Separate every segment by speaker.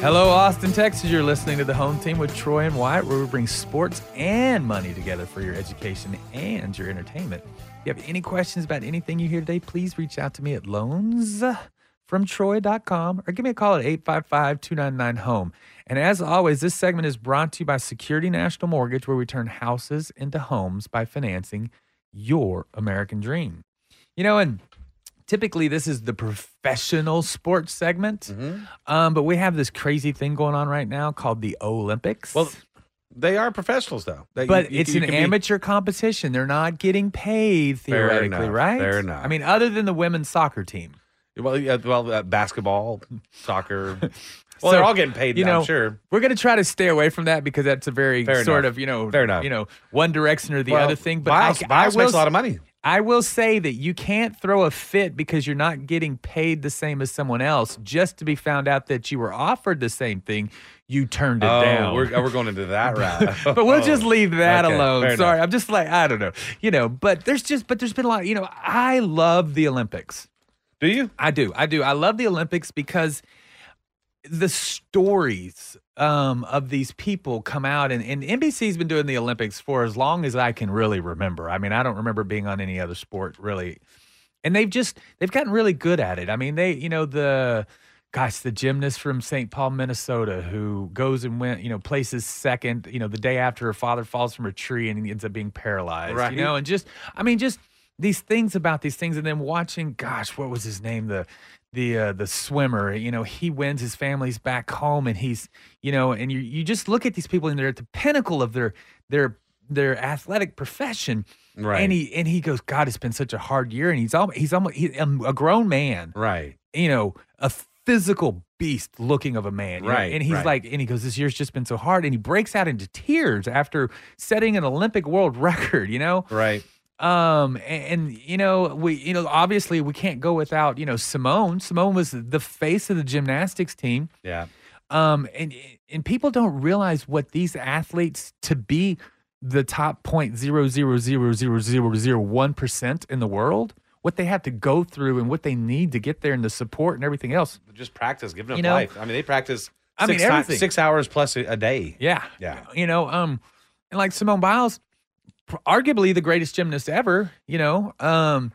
Speaker 1: Hello, Austin, Texas. You're listening to the home team with Troy and Wyatt, where we bring sports and money together for your education and your entertainment. If you have any questions about anything you hear today, please reach out to me at loansfromtroy.com or give me a call at 855 299 home. E. And as always, this segment is brought to you by Security National Mortgage, where we turn houses into homes by financing your American dream. You know, and typically this is the professional sports segment,
Speaker 2: Mm-hmm.
Speaker 1: um, but we have this crazy thing going on right now called the Olympics.
Speaker 2: Well, they are professionals, though. They-
Speaker 1: but
Speaker 2: you-
Speaker 1: it's
Speaker 2: you
Speaker 1: an
Speaker 2: can be-
Speaker 1: amateur competition; they're not getting paid
Speaker 2: Fair
Speaker 1: theoretically,
Speaker 2: enough,
Speaker 1: right?
Speaker 2: fair enough.
Speaker 1: I mean, other than the women's soccer team,
Speaker 2: well, yeah, well, uh, basketball, soccer. Well,
Speaker 1: So,
Speaker 2: they're all getting paid.
Speaker 1: You know,
Speaker 2: I'm sure.
Speaker 1: we're going to try to stay away from that because that's a very
Speaker 2: Fair
Speaker 1: sort
Speaker 2: enough.
Speaker 1: of you know,
Speaker 2: Fair enough.
Speaker 1: you know, one direction or the
Speaker 2: Well,
Speaker 1: other thing. But
Speaker 2: Biles,
Speaker 1: I,
Speaker 2: Biles
Speaker 1: I will
Speaker 2: makes a lot of money.
Speaker 1: I will say that you can't throw a fit because you're not getting paid the same as someone else just to be found out that you were offered the same thing. You turned it
Speaker 2: oh,
Speaker 1: down.
Speaker 2: We're, oh, we're going into that route.
Speaker 1: but we'll just leave that
Speaker 2: Okay, fair
Speaker 1: alone.
Speaker 2: enough.
Speaker 1: Sorry. I'm just like, I don't know. You know, but there's just, but there's been a lot, you know, I love the Olympics.
Speaker 2: Do you?
Speaker 1: I do. I do. I love the Olympics because the stories um, of these people come out, and, and NBC's been doing the Olympics for as long as I can really remember. I mean, I don't remember being on any other sport really, and they've just they've gotten really good at it. I mean, they you know the gosh the gymnast from St. Paul, Minnesota, who goes and went you know places second you know the day after her father falls from a tree and ends up being paralyzed.
Speaker 2: Right.
Speaker 1: You know, and just I mean just these things about these things and then watching gosh what was his name the the uh, the swimmer you know he wins his family's back home and he's you know and you you just look at these people and they're at the pinnacle of their their their athletic profession
Speaker 2: Right.
Speaker 1: and he and he goes god it's been such a hard year and he's almost he's almost he, um, a grown man
Speaker 2: Right.
Speaker 1: you know, a physical beast looking of a man. you know?
Speaker 2: Right,
Speaker 1: And he's
Speaker 2: right.
Speaker 1: like, and he goes, This year's just been so hard. And he breaks out into tears after setting an Olympic world record, you know?
Speaker 2: Right.
Speaker 1: Um, and, and, you know, we, you know, obviously we can't go without, you know, Simone. Simone was the face of the gymnastics team.
Speaker 2: Yeah.
Speaker 1: Um, and and people don't realize what these athletes to be the top point zero zero zero zero zero zero one percent in the world, what they have to go through and what they need to get there, and the support and everything else.
Speaker 2: Just practice, giving up
Speaker 1: You know?
Speaker 2: life. I mean, they practice.
Speaker 1: I mean,
Speaker 2: six ti-
Speaker 1: everything.
Speaker 2: six hours plus a, a day.
Speaker 1: Yeah.
Speaker 2: Yeah.
Speaker 1: You know, um, and like Simone Biles, pr- arguably the greatest gymnast ever, you know, um,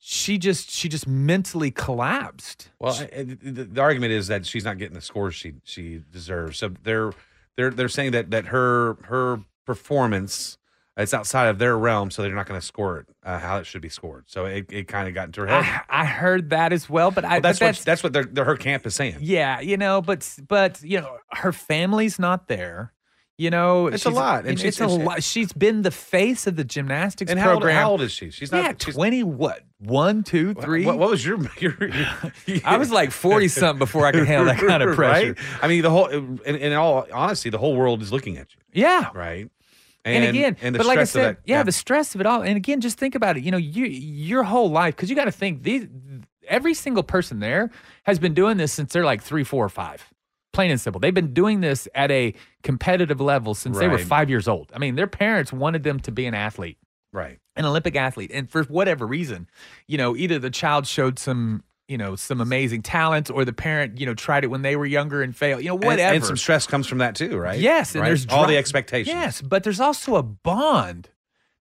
Speaker 1: she just she just mentally collapsed.
Speaker 2: Well, I- I- the, the argument is that she's not getting the scores she she deserves. So they're they're they're saying that that her her performance it's outside of their realm, so they're not going to score it uh, how it should be scored. So it, it kind of got into her head.
Speaker 1: I, I heard that as well, but I
Speaker 2: Well,
Speaker 1: Ah, but
Speaker 2: that's, what that's what their, their, her camp is saying.
Speaker 1: Yeah, you know, but s- but you know, her family's not there. You know,
Speaker 2: It's a
Speaker 1: she's-
Speaker 2: lot, and
Speaker 1: and
Speaker 2: she's-
Speaker 1: it's a
Speaker 2: it's-
Speaker 1: lot. She's been the face of the gymnastics
Speaker 2: and how old,
Speaker 1: program.
Speaker 2: how old is she? She's not.
Speaker 1: yeah,
Speaker 2: she's,
Speaker 1: twenty. What one, two, three?
Speaker 2: What, what was your, your, your-
Speaker 1: I was like forty something before I could handle that kind of pressure.
Speaker 2: Right? I mean, the whole. In, in all honesty, the whole world is looking at you,
Speaker 1: Yeah,
Speaker 2: right?
Speaker 1: and, again,
Speaker 2: and the
Speaker 1: but like I
Speaker 2: stress of
Speaker 1: said,
Speaker 2: that-
Speaker 1: yeah, the stress of it all. And again, just think about it. You know, you your whole life because you got to think these every single person there has been doing this since they're like three, four, or five. Plain and simple. They've been doing this at a competitive level since they were
Speaker 2: Right.
Speaker 1: five years old. I mean, their parents wanted them to be an athlete
Speaker 2: right.
Speaker 1: an Olympic athlete, and for whatever reason, you know, either the child showed some, you know, some amazing talent, or the parent, you know, tried it when they were younger and failed. You know,
Speaker 2: And-
Speaker 1: whatever.
Speaker 2: And, some stress comes from that too, right?
Speaker 1: Yes, and
Speaker 2: Right?
Speaker 1: there's
Speaker 2: all
Speaker 1: dri-
Speaker 2: the expectations.
Speaker 1: Yes, but there's also a bond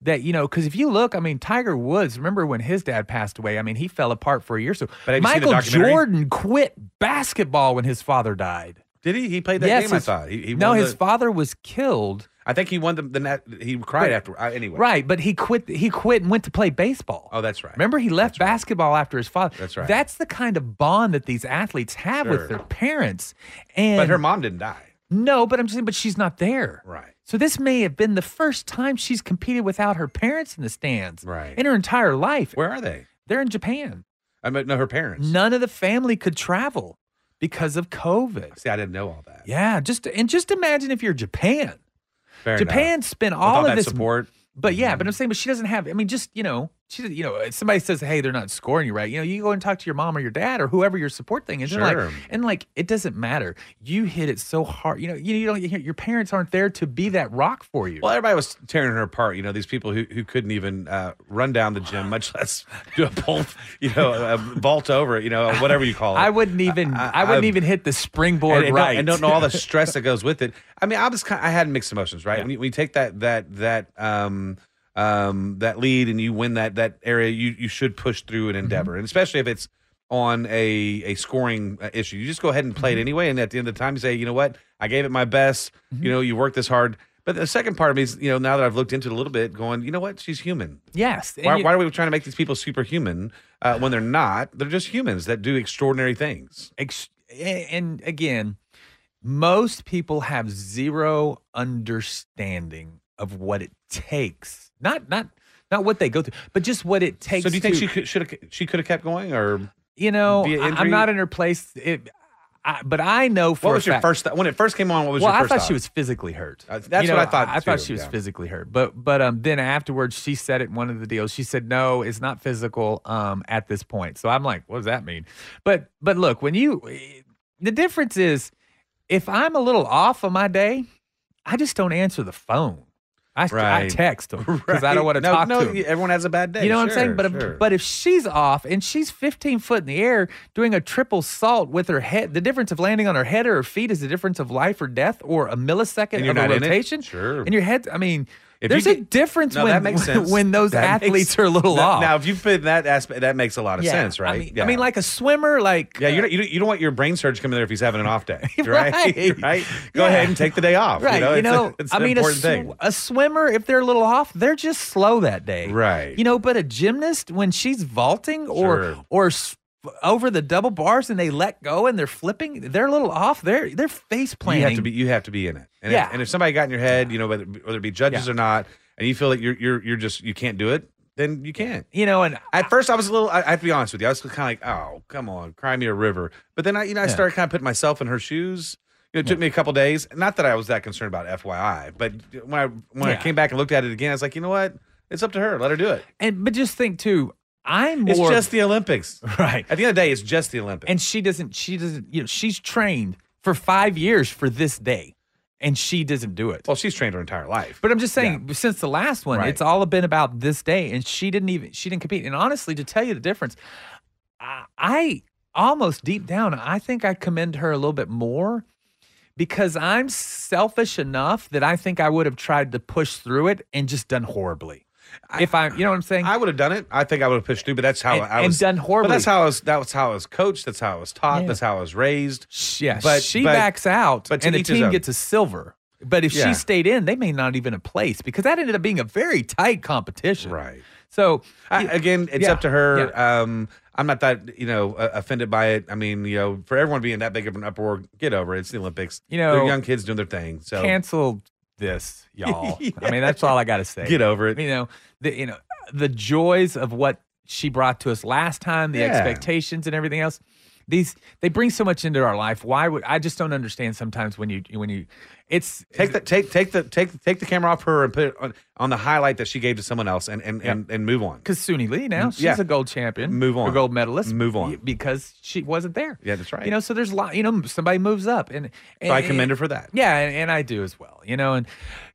Speaker 1: that you know, because if you look, I mean, Tiger Woods. Remember when his dad passed away? I mean, he fell apart for a year. or So
Speaker 2: But have you seen the
Speaker 1: Michael
Speaker 2: documentary?
Speaker 1: Jordan quit basketball when his father died.
Speaker 2: Did he? He played that
Speaker 1: yes,
Speaker 2: game. I
Speaker 1: his-
Speaker 2: thought. He, he
Speaker 1: no,
Speaker 2: won
Speaker 1: his
Speaker 2: the-
Speaker 1: father was killed.
Speaker 2: I think he won the. the nat- he cried
Speaker 1: But-
Speaker 2: after. I anyway.
Speaker 1: Right, but he quit. He quit and went to play baseball.
Speaker 2: Oh, that's right.
Speaker 1: Remember, he left basketball after his father.
Speaker 2: That's right.
Speaker 1: That's the kind of bond that these athletes have
Speaker 2: Sure.
Speaker 1: with their parents. And
Speaker 2: But her mom didn't die.
Speaker 1: No, but I'm just saying, but she's not there.
Speaker 2: Right.
Speaker 1: So this may have been the first time she's competed without her parents in the stands
Speaker 2: Right.
Speaker 1: in her entire life.
Speaker 2: Where are they?
Speaker 1: They're in Japan.
Speaker 2: I mean, no, her parents.
Speaker 1: None of the family could travel because of COVID.
Speaker 2: See, I didn't know all that.
Speaker 1: Yeah, just and just imagine if you're Japan.
Speaker 2: Fair enough.
Speaker 1: Japan spent
Speaker 2: With
Speaker 1: all of
Speaker 2: that
Speaker 1: this
Speaker 2: support. Mm-hmm.
Speaker 1: But yeah, but I'm saying, but she doesn't have. I mean, just you know, she, you know, if somebody says, "Hey, they're not scoring you right." You know, you go and talk to your mom or your dad or whoever your support thing is. And
Speaker 2: Sure.
Speaker 1: like, and like, it doesn't matter. You hit it so hard. You know, you, you don't. Your parents aren't there to be that rock for you.
Speaker 2: Well, everybody was tearing her apart. You know, these people who, who couldn't even uh, run down the gym, much less do a pulp, you know, a vault over it, you know, whatever you call it.
Speaker 1: I wouldn't even. Oh, I,
Speaker 2: I-
Speaker 1: wouldn't
Speaker 2: I-
Speaker 1: even hit the springboard
Speaker 2: and, and
Speaker 1: right.
Speaker 2: Don't, and don't know all the stress that goes with it. I mean, I was kind I had mixed emotions, right? When, you, when you take that that that um um that lead and you win that that area, you you should push through an
Speaker 1: Mm-hmm.
Speaker 2: endeavor, and especially if it's on a a scoring uh, issue, you just go ahead and
Speaker 1: Mm-hmm.
Speaker 2: play it anyway. And at the end of the time, you say, you know what, I gave it my best.
Speaker 1: Mm-hmm.
Speaker 2: You know, you worked this hard. But the second part of me is, you know, now that I've looked into it a little bit, going, you know what, she's human.
Speaker 1: yes. and
Speaker 2: Why,
Speaker 1: you-
Speaker 2: why are we trying to make these people superhuman uh, when they're not? They're just humans that do extraordinary things.
Speaker 1: ex- a- and again, most people have zero understanding of what it takes. Not not not what they go through, but just what it takes.
Speaker 2: So do you think
Speaker 1: to-
Speaker 2: she could, should have she could have kept going or
Speaker 1: you know,
Speaker 2: Via
Speaker 1: I,
Speaker 2: injury?
Speaker 1: am not in her place. It, I, but I know for
Speaker 2: what
Speaker 1: a
Speaker 2: was your
Speaker 1: fact-
Speaker 2: first thought when it first came on? What was
Speaker 1: Well,
Speaker 2: your
Speaker 1: I
Speaker 2: first?
Speaker 1: thought she
Speaker 2: thought?
Speaker 1: was physically hurt.
Speaker 2: Uh, that's
Speaker 1: You know,
Speaker 2: what I thought
Speaker 1: I, thought
Speaker 2: too,
Speaker 1: she was
Speaker 2: yeah.
Speaker 1: physically hurt. But but um, then afterwards, she said it in one of the deals. She said, "No, it's not physical um, at this point." So I'm like, "What does that mean?" But but look, when you eh, the difference is, if I'm a little off on my day, I just don't answer the phone. I, I
Speaker 2: Right.
Speaker 1: text them because I don't want to
Speaker 2: no,
Speaker 1: talk
Speaker 2: no,
Speaker 1: to 'em.
Speaker 2: Everyone has a bad day.
Speaker 1: You know what I'm
Speaker 2: Sure,
Speaker 1: saying? But
Speaker 2: sure.
Speaker 1: if, but if she's off and she's 15 foot in the air doing a triple salt with her head, the difference of landing on her head or her feet is the difference of life or death or a millisecond
Speaker 2: And you're
Speaker 1: of a
Speaker 2: not in it?
Speaker 1: rotation.
Speaker 2: Sure.
Speaker 1: And your head. I mean,
Speaker 2: If
Speaker 1: there's
Speaker 2: you
Speaker 1: a
Speaker 2: get-
Speaker 1: difference
Speaker 2: no,
Speaker 1: when
Speaker 2: that makes sense.
Speaker 1: when those
Speaker 2: That makes-
Speaker 1: athletes are a little
Speaker 2: now,
Speaker 1: off.
Speaker 2: Now, if you've been that aspect, that makes a lot of
Speaker 1: Yeah.
Speaker 2: sense, right?
Speaker 1: I mean,
Speaker 2: yeah.
Speaker 1: I mean, like a swimmer, like
Speaker 2: Yeah, you don't, you don't, you don't want your brain surge coming there if he's having an off day, right?
Speaker 1: Right.
Speaker 2: Go
Speaker 1: Yeah.
Speaker 2: ahead and take the day off.
Speaker 1: Right,
Speaker 2: You know,
Speaker 1: you
Speaker 2: it's, a-
Speaker 1: know,
Speaker 2: it's
Speaker 1: I
Speaker 2: an
Speaker 1: mean, a,
Speaker 2: important
Speaker 1: sw-
Speaker 2: thing.
Speaker 1: a swimmer, if they're a little off, they're just slow that day,
Speaker 2: Right.
Speaker 1: You know, but a gymnast, when she's vaulting or
Speaker 2: Sure.
Speaker 1: or s- over the double bars and they let go and they're flipping, they're a little off. They're they're face planting.
Speaker 2: You have to be. You have to be in it. And
Speaker 1: Yeah.
Speaker 2: If, and if somebody got in your head, you know, whether, whether it be judges
Speaker 1: Yeah.
Speaker 2: or not, and you feel like you're you're you're just you can't do it, then you can't.
Speaker 1: you know, and
Speaker 2: At first, I was a little. I, I have to be honest with you. I was kind of like, "Oh, come on, cry me a river." But then I, you know, I
Speaker 1: Yeah.
Speaker 2: started kind of putting myself in her shoes. You know, it took me a couple days. Not that I was that concerned about FYI, but when I when I
Speaker 1: Yeah.
Speaker 2: came back and looked at it again, I was like, you know what? It's up to her. Let her do it.
Speaker 1: and but just think too, I'm
Speaker 2: It's
Speaker 1: more
Speaker 2: just the Olympics.
Speaker 1: right.
Speaker 2: At the end of the day, it's just the Olympics.
Speaker 1: and she doesn't she doesn't you know she's trained for five years for this day, and she doesn't do it.
Speaker 2: well, she's trained her entire life.
Speaker 1: But I'm just saying, since the last one,
Speaker 2: Right.
Speaker 1: it's all been about this day, and she didn't even she didn't compete. And honestly, to tell you the difference, I, I almost deep down, I think I commend her a little bit more because I'm selfish enough that I think I would have tried to push through it and just done horribly. if I, you know what I'm saying,
Speaker 2: I would have done it. I think I would have pushed through. But that's how
Speaker 1: and,
Speaker 2: I
Speaker 1: and
Speaker 2: was.
Speaker 1: done
Speaker 2: but
Speaker 1: horribly.
Speaker 2: that's how I was. That was how I was coached. That's how I was taught.
Speaker 1: Yeah.
Speaker 2: That's how I was raised.
Speaker 1: Sh- yeah,
Speaker 2: but-
Speaker 1: she
Speaker 2: but-
Speaker 1: backs out,
Speaker 2: but to
Speaker 1: and the
Speaker 2: each his
Speaker 1: team
Speaker 2: own.
Speaker 1: gets a silver. But if
Speaker 2: Yeah.
Speaker 1: she stayed in, they may not even a place because that ended up being a very tight competition.
Speaker 2: Right.
Speaker 1: So
Speaker 2: I,
Speaker 1: you-
Speaker 2: again, it's
Speaker 1: yeah,
Speaker 2: up to her. Um, I'm not that you know uh, offended by it. I mean, you know, for everyone being that big of an uproar, get over it. It's the Olympics.
Speaker 1: You know,
Speaker 2: They're young kids doing their thing. So
Speaker 1: cancel this, y'all. I mean, that's all I got to say.
Speaker 2: get over it.
Speaker 1: You know, the you know the joys of what she brought to us last time, the
Speaker 2: Yeah.
Speaker 1: expectations and everything else. These they bring so much into our life. Why would I just don't understand sometimes when you when you it's
Speaker 2: Take the take take the take take the camera off her and put it on, on the highlight that she gave to someone else and and and, and move on.
Speaker 1: because Suni Lee now she's
Speaker 2: Mm, yeah.
Speaker 1: a gold champion,
Speaker 2: Move
Speaker 1: a
Speaker 2: on.
Speaker 1: gold medalist,
Speaker 2: Move on.
Speaker 1: because she wasn't there.
Speaker 2: Yeah, that's right.
Speaker 1: You know, so there's a lot. You know, somebody moves up, and,
Speaker 2: so I commend her for that.
Speaker 1: Yeah, and, and I do as well. You know, and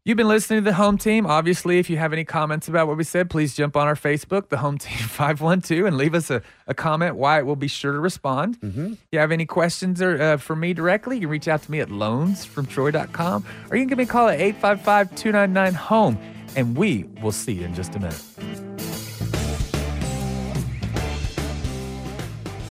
Speaker 1: you've been listening to the home team. Obviously, if you have any comments about what we said, please jump on our Facebook, the home team 512, and leave us a, a comment. Wyatt will be sure to respond. Mm-hmm. If you have any questions or uh, for me directly, you can reach out to me at loansfromtroy.com or you can give me a call at 855 299 home. And we will see you in just a minute.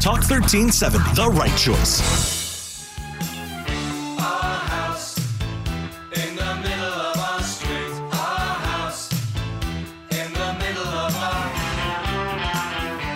Speaker 3: Talk 1370, the right choice.
Speaker 4: In the middle of our street, our house. In the middle of our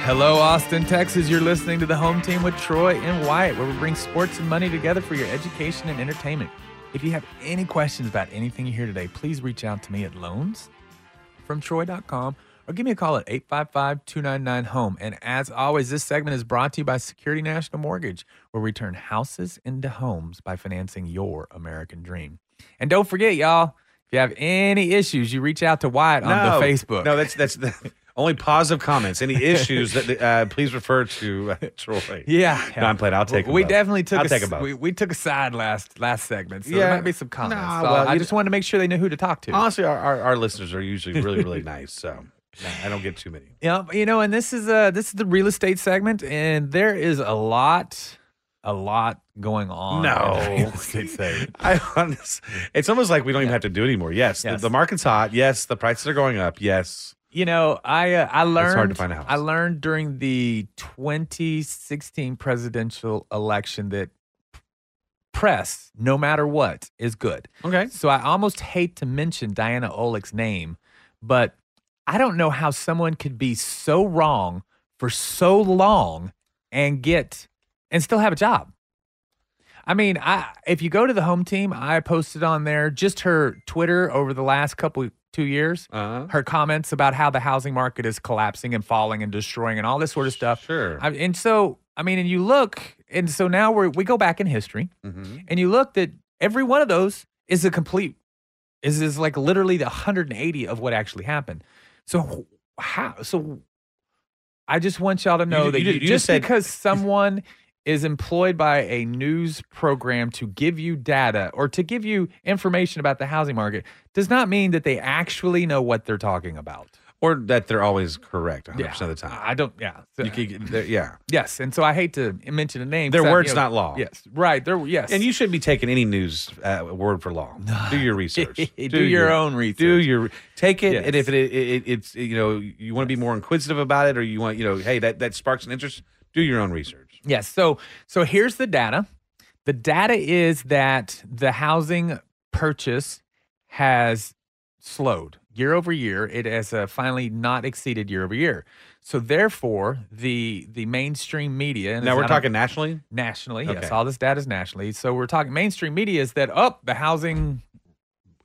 Speaker 1: Hello, Austin, Texas. You're listening to the home team with Troy and Wyatt, where we bring sports and money together for your education and entertainment. If you have any questions about anything you hear today, please reach out to me at loansfromtroy.com or give me a call at 855 299 home. E. And as always, this segment is brought to you by Security National Mortgage, where we turn houses into homes by financing your American dream. And don't forget, y'all, if you have any issues, you reach out to Wyatt on the Facebook.
Speaker 2: No, that's that's the only positive comments. Any issues that uh, please refer to uh, Troy.
Speaker 1: Yeah,
Speaker 2: No, I'm playing. I'll take 'em
Speaker 1: We
Speaker 2: both.
Speaker 1: definitely took.
Speaker 2: I'll
Speaker 1: a,
Speaker 2: take
Speaker 1: s-
Speaker 2: 'em both.
Speaker 1: We, we took a side last last segment, so
Speaker 2: Yeah.
Speaker 1: there might be some comments.
Speaker 2: Nah,
Speaker 1: So
Speaker 2: well,
Speaker 1: I
Speaker 2: you-
Speaker 1: just wanted to make sure they knew who to talk to.
Speaker 2: Honestly, our, our, our listeners are usually really really nice, so nah, I don't get too many.
Speaker 1: Yeah, but, you know, and this is uh this is the real estate segment, and there is a lot, a lot going on. in the
Speaker 2: No.
Speaker 1: real estate segment.
Speaker 2: I honest, it's almost like we don't even have to do it anymore. Yes,
Speaker 1: Yes.
Speaker 2: The, the market's hot. Yes, the prices are going up. Yes,
Speaker 1: You know, I uh, I learned
Speaker 2: hard to find a house.
Speaker 1: I learned during the 2016 presidential election that press, no matter what, is good.
Speaker 2: Okay.
Speaker 1: So I almost hate to mention Diana Olick's name, but I don't know how someone could be so wrong for so long and get and still have a job. I mean, I if you go to the home team, I posted on there just her Twitter over the last couple two years
Speaker 2: uh,
Speaker 1: her comments about how the housing market is collapsing and falling and destroying and all this sort of stuff.
Speaker 2: sure.
Speaker 1: I, and so, I mean, and you look, and so now we are we go back in history,
Speaker 2: Mhm.
Speaker 1: and you look that every one of those is a complete is is like literally the 180 of what actually happened. So wh- how? So I just want y'all to know
Speaker 2: ju-
Speaker 1: that
Speaker 2: you ju- you just
Speaker 1: just
Speaker 2: said-
Speaker 1: because someone is employed by a news program to give you data or to give you information about the housing market does not mean that they actually know what they're talking about.
Speaker 2: Or that they're always correct 100 percent of the time.
Speaker 1: I don't. Yeah. So-
Speaker 2: You could, get- they're- yeah,
Speaker 1: yes, and so I hate to mention a name.
Speaker 2: Their
Speaker 1: 'cause I-
Speaker 2: word's
Speaker 1: you know-
Speaker 2: not law.
Speaker 1: Yes, right. There. Yes,
Speaker 2: and you should be taking any news uh, word for law. Do your research.
Speaker 1: do, your, own research.
Speaker 2: Do your take it,
Speaker 1: Yes.
Speaker 2: and if it, it, it it's you know you want to be more inquisitive about it, or you want you know hey that that sparks an interest, do your own research.
Speaker 1: Yes. So so here's the data. The data is that the housing purchase has slowed year over year. It has uh, finally not exceeded year over year. So therefore, the the mainstream media and
Speaker 2: now
Speaker 1: it's
Speaker 2: we're
Speaker 1: not a-
Speaker 2: talking nationally.
Speaker 1: nationally.
Speaker 2: Okay.
Speaker 1: Yes, all this data is nationally. So we're talking mainstream media is that up the housing,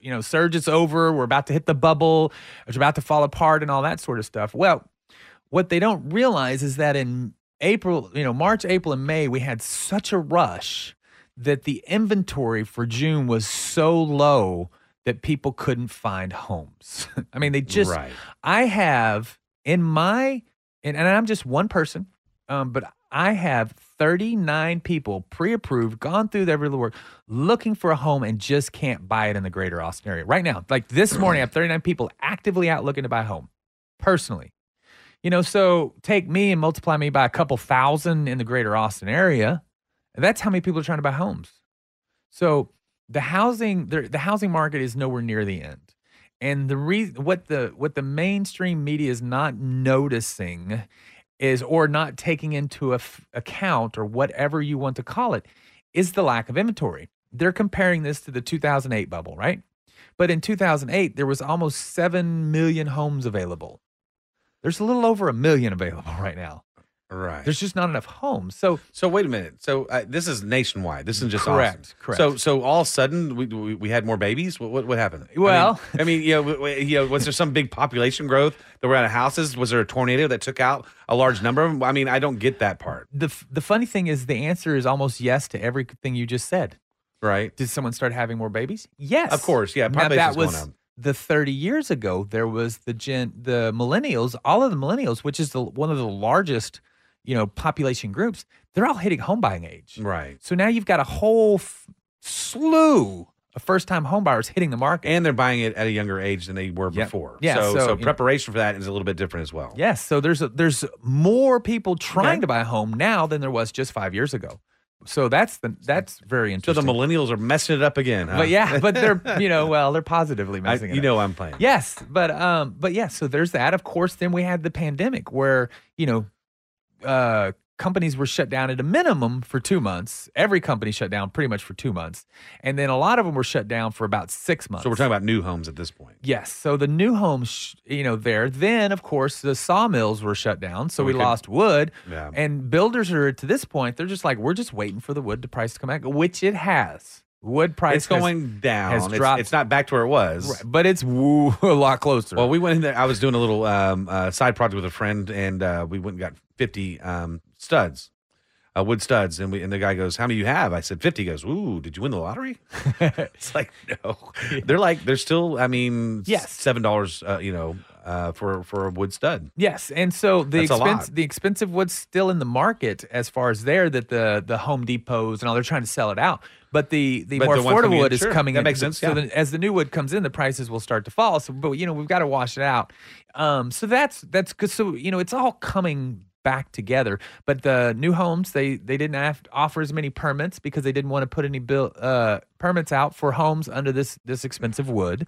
Speaker 1: you know, surge is over. We're about to hit the bubble. It's about to fall apart and all that sort of stuff. Well, what they don't realize is that in April, you know, March, April, and May, we had such a rush that the inventory for June was so low that people couldn't find homes. I mean, they just
Speaker 2: right.
Speaker 1: I have in my and, and I'm just one person, um, but I have 39 people pre-approved, gone through every little work, looking for a home and just can't buy it in the greater Austin area. Right now, like this morning, I have 39 people actively out looking to buy a home personally. You know, so take me and multiply me by a couple thousand in the greater Austin area. and That's how many people are trying to buy homes. So the housing the, the housing market is nowhere near the end. And the reason what the what the mainstream media is not noticing is or not taking into a f- account or whatever you want to call it is the lack of inventory. They're comparing this to the 2008 bubble, right? But in 2008 there was almost 7 million homes available. There's a little over a million available right now.
Speaker 2: Right.
Speaker 1: There's just not enough homes. So
Speaker 2: so wait a minute. So uh, this is nationwide. This is just
Speaker 1: Correct,
Speaker 2: Austin.
Speaker 1: correct.
Speaker 2: So so all of a sudden we we, we had more babies. What what, what happened? I mean-
Speaker 1: Well-
Speaker 2: I mean, you know, w- w- you know, was there some big population growth? that were out of houses. Was there a tornado that took out a large number of them? I mean, I don't get that part.
Speaker 1: the f- the funny thing is the answer is almost yes to everything you just said.
Speaker 2: Right.
Speaker 1: Did someone start having more babies? Yes,
Speaker 2: Of course, yeah,
Speaker 1: Now,
Speaker 2: population's
Speaker 1: that
Speaker 2: going
Speaker 1: was
Speaker 2: up.
Speaker 1: the thirty years ago. There was the gen, the millennials, all of the millennials, which is the one of the largest, you know, population groups. They're all hitting home buying age.
Speaker 2: Right.
Speaker 1: So now you've got a whole f- slew first time home buyers hitting the market.
Speaker 2: and they're buying it at a younger age than they were
Speaker 1: Yeah.
Speaker 2: before.
Speaker 1: Yeah,
Speaker 2: So,
Speaker 1: so-
Speaker 2: so, preparation for that is a little bit different as well.
Speaker 1: Yes, so there's a, there's more people trying to buy a home now than there was just five years ago. So that's the that's very
Speaker 2: So the
Speaker 1: interesting.
Speaker 2: millennials are messing it up again. Huh?
Speaker 1: but yeah, but they're you know well they're positively
Speaker 2: I,
Speaker 1: messing it
Speaker 2: you
Speaker 1: up.
Speaker 2: know I'm playing.
Speaker 1: Yes, but um, but yeah. So there's that. Of course, then we had the pandemic where you know, uh, companies were shut down at a minimum for two months. Every company shut down pretty much for two months, and then a lot of them were shut down for about six months.
Speaker 2: So we're talking about new homes at this point.
Speaker 1: Yes. So the new homes, sh- you know, there. Then, of course, the sawmills were shut down. So we,
Speaker 2: We could-
Speaker 1: lost wood.
Speaker 2: Yeah.
Speaker 1: And builders are, to this point, they're just like, we're just waiting for the wood to price to come back, which it has. Wood price
Speaker 2: It's
Speaker 1: has-
Speaker 2: going down.
Speaker 1: has
Speaker 2: It's-
Speaker 1: dropped-
Speaker 2: It's, not back to where it was.
Speaker 1: Right, but it's woo, a lot closer.
Speaker 2: Well, we went in there. I was doing a little um, uh, side project with a friend, and uh, we went and got 50 um, studs, uh, wood studs. And, we, and the guy goes, How many you have? I said, 50. He goes, Ooh, did you win the lottery? it's like, No. They're like, they're still, I mean,
Speaker 1: Yes.
Speaker 2: $7, uh, you know, uh, for, for a wood stud.
Speaker 1: Yes, and so the
Speaker 2: That's a
Speaker 1: expense,
Speaker 2: lot.
Speaker 1: the expensive wood's still in the market as far as there that the the Home Depots and all they're trying to sell it out. But the the
Speaker 2: But
Speaker 1: more
Speaker 2: the ones coming
Speaker 1: affordable
Speaker 2: in,
Speaker 1: wood is
Speaker 2: sure,
Speaker 1: coming
Speaker 2: that
Speaker 1: in.
Speaker 2: makes sense,
Speaker 1: So
Speaker 2: yeah.
Speaker 1: then as the new wood comes in, the prices will start to fall. So, but you know we've got to wash it out. Um, so that's that's good. So you know it's all coming back together. But the new homes they they didn't have to offer as many permits because they didn't want to put any bill uh, permits out for homes under this this expensive wood.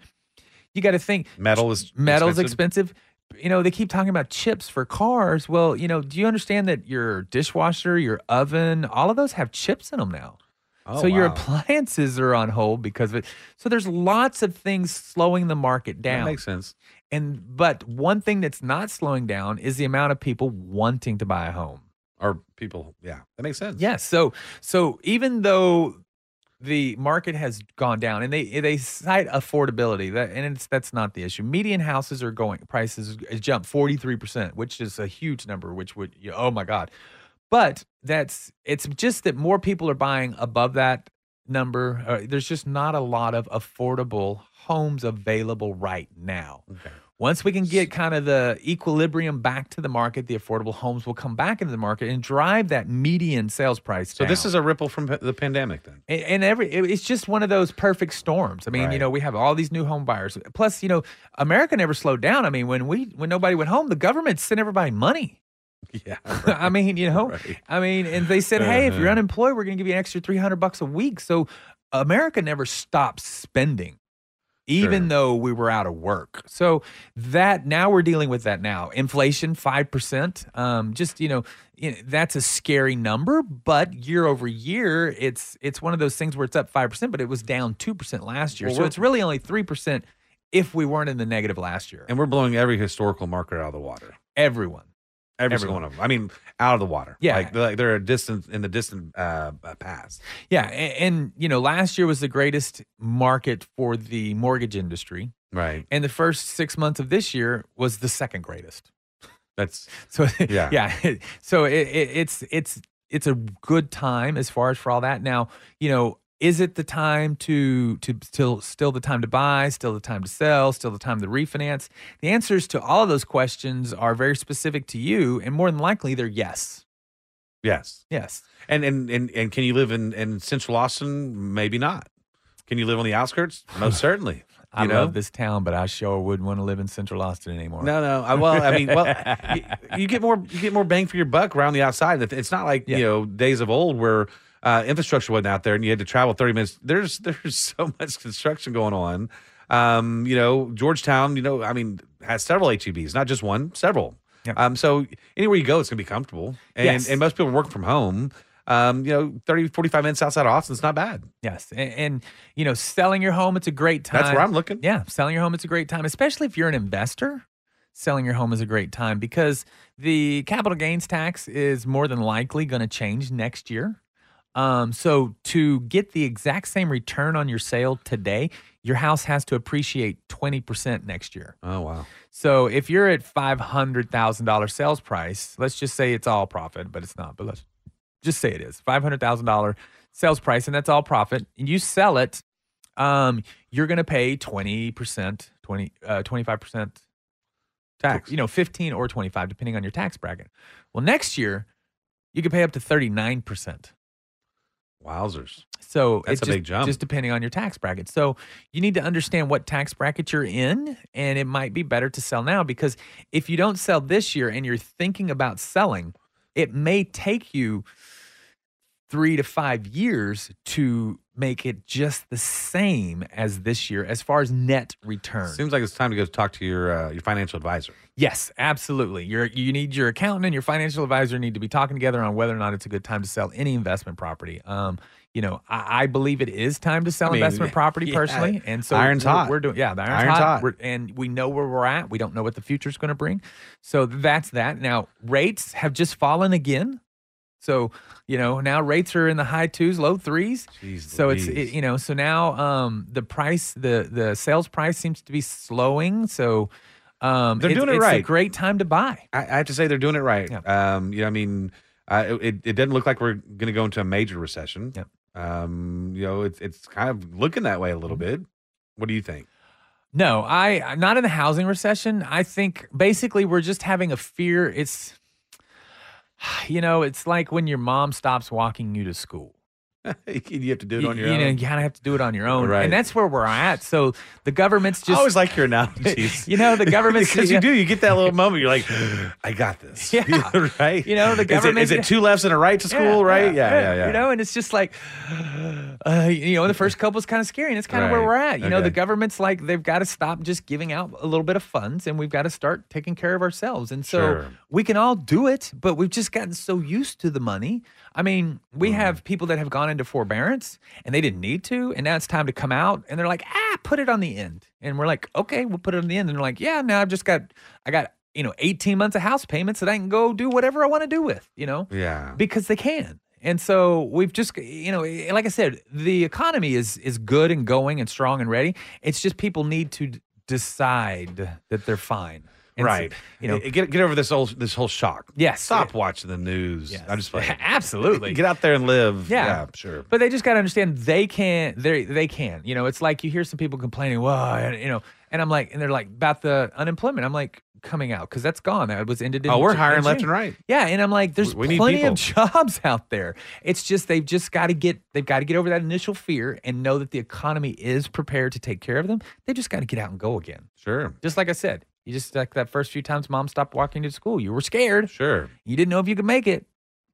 Speaker 1: You got to think
Speaker 2: Metal is
Speaker 1: metal's expensive. You know, they keep talking about chips for cars. Well, you know, do you understand that your dishwasher, your oven, all of those have chips in them now?
Speaker 2: Oh,
Speaker 1: so your
Speaker 2: wow.
Speaker 1: appliances are on hold because of it. So there's lots of things slowing the market
Speaker 2: That
Speaker 1: down.
Speaker 2: makes sense.
Speaker 1: and but one thing that's not slowing down is the amount of people wanting to buy a home.
Speaker 2: Or people, yeah, that makes sense.
Speaker 1: Yes. So so even though the market has gone down, and they they cite affordability that, and it's that's not the issue. Median houses are going prices jump forty three percent, which is a huge number. Which would you, oh my god, but that's it's just that more people are buying above that number. Uh, there's just not a lot of affordable homes available right now.
Speaker 2: Okay.
Speaker 1: Once we can get kind of the equilibrium back to the market, the affordable homes will come back into the market and drive that median sales price.
Speaker 2: So this
Speaker 1: down.
Speaker 2: is a ripple from pa- the pandemic then.
Speaker 1: And- And every it- it's just one of those perfect storms. I mean, you
Speaker 2: Right.
Speaker 1: know, we have all these new home buyers. Plus, you know, America never slowed down. I mean, when we when nobody went home, the government sent everybody money.
Speaker 2: Yeah.
Speaker 1: I mean, you know,
Speaker 2: Right.
Speaker 1: I mean, and they said, "Hey, if you're
Speaker 2: Uh-huh.
Speaker 1: unemployed, we're going to give you an extra 300 bucks a week." So, America never stopped spending even
Speaker 2: Sure.
Speaker 1: though we were out of work. So, that now we're dealing with that now. Inflation 5%, um just, you know, you know, that's a scary number, but year over year, it's it's one of those things where it's up 5%, but it was down 2% last year.
Speaker 2: Well,
Speaker 1: so,
Speaker 2: we're-
Speaker 1: it's really only 3% if we weren't in the negative last year.
Speaker 2: and we're blowing every historical marker out of the water.
Speaker 1: Everyone.
Speaker 2: Every
Speaker 1: Everyone.
Speaker 2: single one of them. I mean, out of the water.
Speaker 1: Yeah.
Speaker 2: like they're, like they're a distant in the distant uh, uh, past.
Speaker 1: Yeah, and, and you know, last year was the greatest market for the mortgage industry,
Speaker 2: Right.
Speaker 1: and the first six months of this year was the second greatest.
Speaker 2: That's
Speaker 1: So yeah,
Speaker 2: Yeah.
Speaker 1: so it, it, it's it's it's a good time as far as for all that. Now, you know, is it the time to to still still the time to buy, still the time to sell, still the time to refinance? The answers to all of those questions are very specific to you, and more than likely, they're yes,
Speaker 2: yes.
Speaker 1: yes.
Speaker 2: And and and and can you live in in Central Austin? Maybe not. Can you live on the outskirts? Most certainly.
Speaker 1: I
Speaker 2: You know?
Speaker 1: love this town, but I sure wouldn't want to live in Central Austin anymore.
Speaker 2: No, no. I, well, I mean, well, you, you get more you get more bang for your buck around the outside. It- It's not like
Speaker 1: Yeah.
Speaker 2: you know days of old where uh, infrastructure wasn't out there and you had to travel thirty minutes. There's there's so much construction going on. Um, you know, Georgetown. You know, I mean, has several HEBs, not just one, several.
Speaker 1: Yeah.
Speaker 2: Um, so anywhere you go, it's gonna be comfortable, and
Speaker 1: Yes.
Speaker 2: and most people work from home. Um, you know, 30, 45 minutes outside of Austin, it's not bad.
Speaker 1: Yes, and, and you know, selling your home it's a great time.
Speaker 2: That's where I'm looking.
Speaker 1: Uh, Yeah, selling your home it's a great time, especially if you're an investor. Selling your home is a great time because the capital gains tax is more than likely going to change next year. Um, so to get the exact same return on your sale today, your house has to appreciate twenty percent next year.
Speaker 2: Oh wow.
Speaker 1: So if you're at five hundred thousand dollar sales price, let's just say it's all profit, but it's not. But let's just say it is five hundred thousand dollar sales price, and that's all profit. And you sell it, um, you're gonna pay twenty percent, twenty twenty five percent tax.
Speaker 2: Tax.
Speaker 1: You know, fifteen or twenty five, depending on your tax bracket. Well, next year you could pay up to thirty nine percent.
Speaker 2: Wowzers.
Speaker 1: So
Speaker 2: That's
Speaker 1: it's
Speaker 2: a
Speaker 1: just,
Speaker 2: big jump.
Speaker 1: Just depending on your tax bracket. So you need to understand what tax bracket you're in, and it might be better to sell now because if you don't sell this year and you're thinking about selling, it may take you three to five years to make it just the same as this year as far as net return.
Speaker 2: Seems like it's time to go talk to your uh, your financial advisor.
Speaker 1: Yes, absolutely. Your you need your accountant and your financial advisor need to be talking together on whether or not it's a good time to sell any investment property. Um, you know, I, I believe it is time to sell
Speaker 2: I mean,
Speaker 1: investment property
Speaker 2: yeah.
Speaker 1: personally, and so
Speaker 2: Iron's
Speaker 1: we're,
Speaker 2: hot.
Speaker 1: We're doing yeah, the iron's,
Speaker 2: Iron's
Speaker 1: hot,
Speaker 2: hot.
Speaker 1: We're- and we know where we're at. We don't know what the future's going to bring, so that's that. Now rates have just fallen again, so you know now rates are in the high twos, low threes.
Speaker 2: Jeez
Speaker 1: So it's
Speaker 2: Louise.
Speaker 1: it, you know so now um the price the the sales price seems to be slowing so um
Speaker 2: They're
Speaker 1: it's,
Speaker 2: doing it
Speaker 1: it's a
Speaker 2: right.
Speaker 1: great time to buy.
Speaker 2: I, I have to say they're doing it right.
Speaker 1: Yeah.
Speaker 2: Um, you know, I mean, I, it it doesn't look like we're going to go into a major recession.
Speaker 1: Yep.
Speaker 2: Um, you know, it's it's kind of looking that way a little
Speaker 1: Mm-hmm.
Speaker 2: bit. What do you think?
Speaker 1: No, I I'm not in the housing recession. I think basically we're just having a fear it's you know it's like when your mom stops walking you to school.
Speaker 2: you have to do it
Speaker 1: You,
Speaker 2: on your
Speaker 1: you know
Speaker 2: own.
Speaker 1: you kind of have to do it on your own.
Speaker 2: Right.
Speaker 1: And that's where we're at. So the government's just
Speaker 2: I always like your analogies.
Speaker 1: you know the government's
Speaker 2: because you do, you get that little moment. You're like, I got this.
Speaker 1: Yeah.
Speaker 2: right.
Speaker 1: You know, the
Speaker 2: Is it-
Speaker 1: government-
Speaker 2: Is it, two lefts and a right to school? right. Yeah. Yeah. Yeah.
Speaker 1: You know, and it's just like, uh, you know, the first couple is kind of scary, and it's kind of where
Speaker 2: Right.
Speaker 1: we're at. You know, the
Speaker 2: Okay.
Speaker 1: government's like they've got to stop just giving out a little bit of funds, and we've got to start taking care of ourselves. And so
Speaker 2: Sure.
Speaker 1: we can all do it, but we've just gotten so used to the money. I mean,
Speaker 2: Mm.
Speaker 1: we have people that have gone into forbearance and they didn't need to, and now it's time to come out, and they're like, ah, put it on the end, and we're like, okay, we'll put it on the end, and they're like, yeah, now I've just got, I got. You know, 18 months of house payments that I can go do whatever I want to do with, you know?
Speaker 2: yeah.
Speaker 1: because they can. And so we've just, you know, eh, like I said, the economy is is good and going and strong and ready. It's just people need to d- decide that they're fine. And so,
Speaker 2: right.
Speaker 1: you know,
Speaker 2: Eh, get get over this whole this whole shock.
Speaker 1: Yes.
Speaker 2: Stop watching the news.
Speaker 1: yes.
Speaker 2: I'm just like,
Speaker 1: absolutely.
Speaker 2: get out there and live.
Speaker 1: Yeah.
Speaker 2: sure.
Speaker 1: But they just got to understand they can they they can. You know, it's like you hear some people complaining, "Well, I- you know," and I'm like, and they're like about the unemployment. I'm like coming out because that's gone. That was ended. In
Speaker 2: oh, we're
Speaker 1: Ju- in
Speaker 2: hiring left
Speaker 1: June.
Speaker 2: and right.
Speaker 1: Yeah, and I'm like, there's
Speaker 2: We- we need
Speaker 1: plenty of jobs out there. It's just they've just got to get they've got to get over that initial fear and know that the economy is prepared to take care of them. They just got to get out and go again.
Speaker 2: Sure.
Speaker 1: Just like I said, you just like that first few times mom stopped walking to school, you were scared,
Speaker 2: Sure.
Speaker 1: you didn't know if you could make it,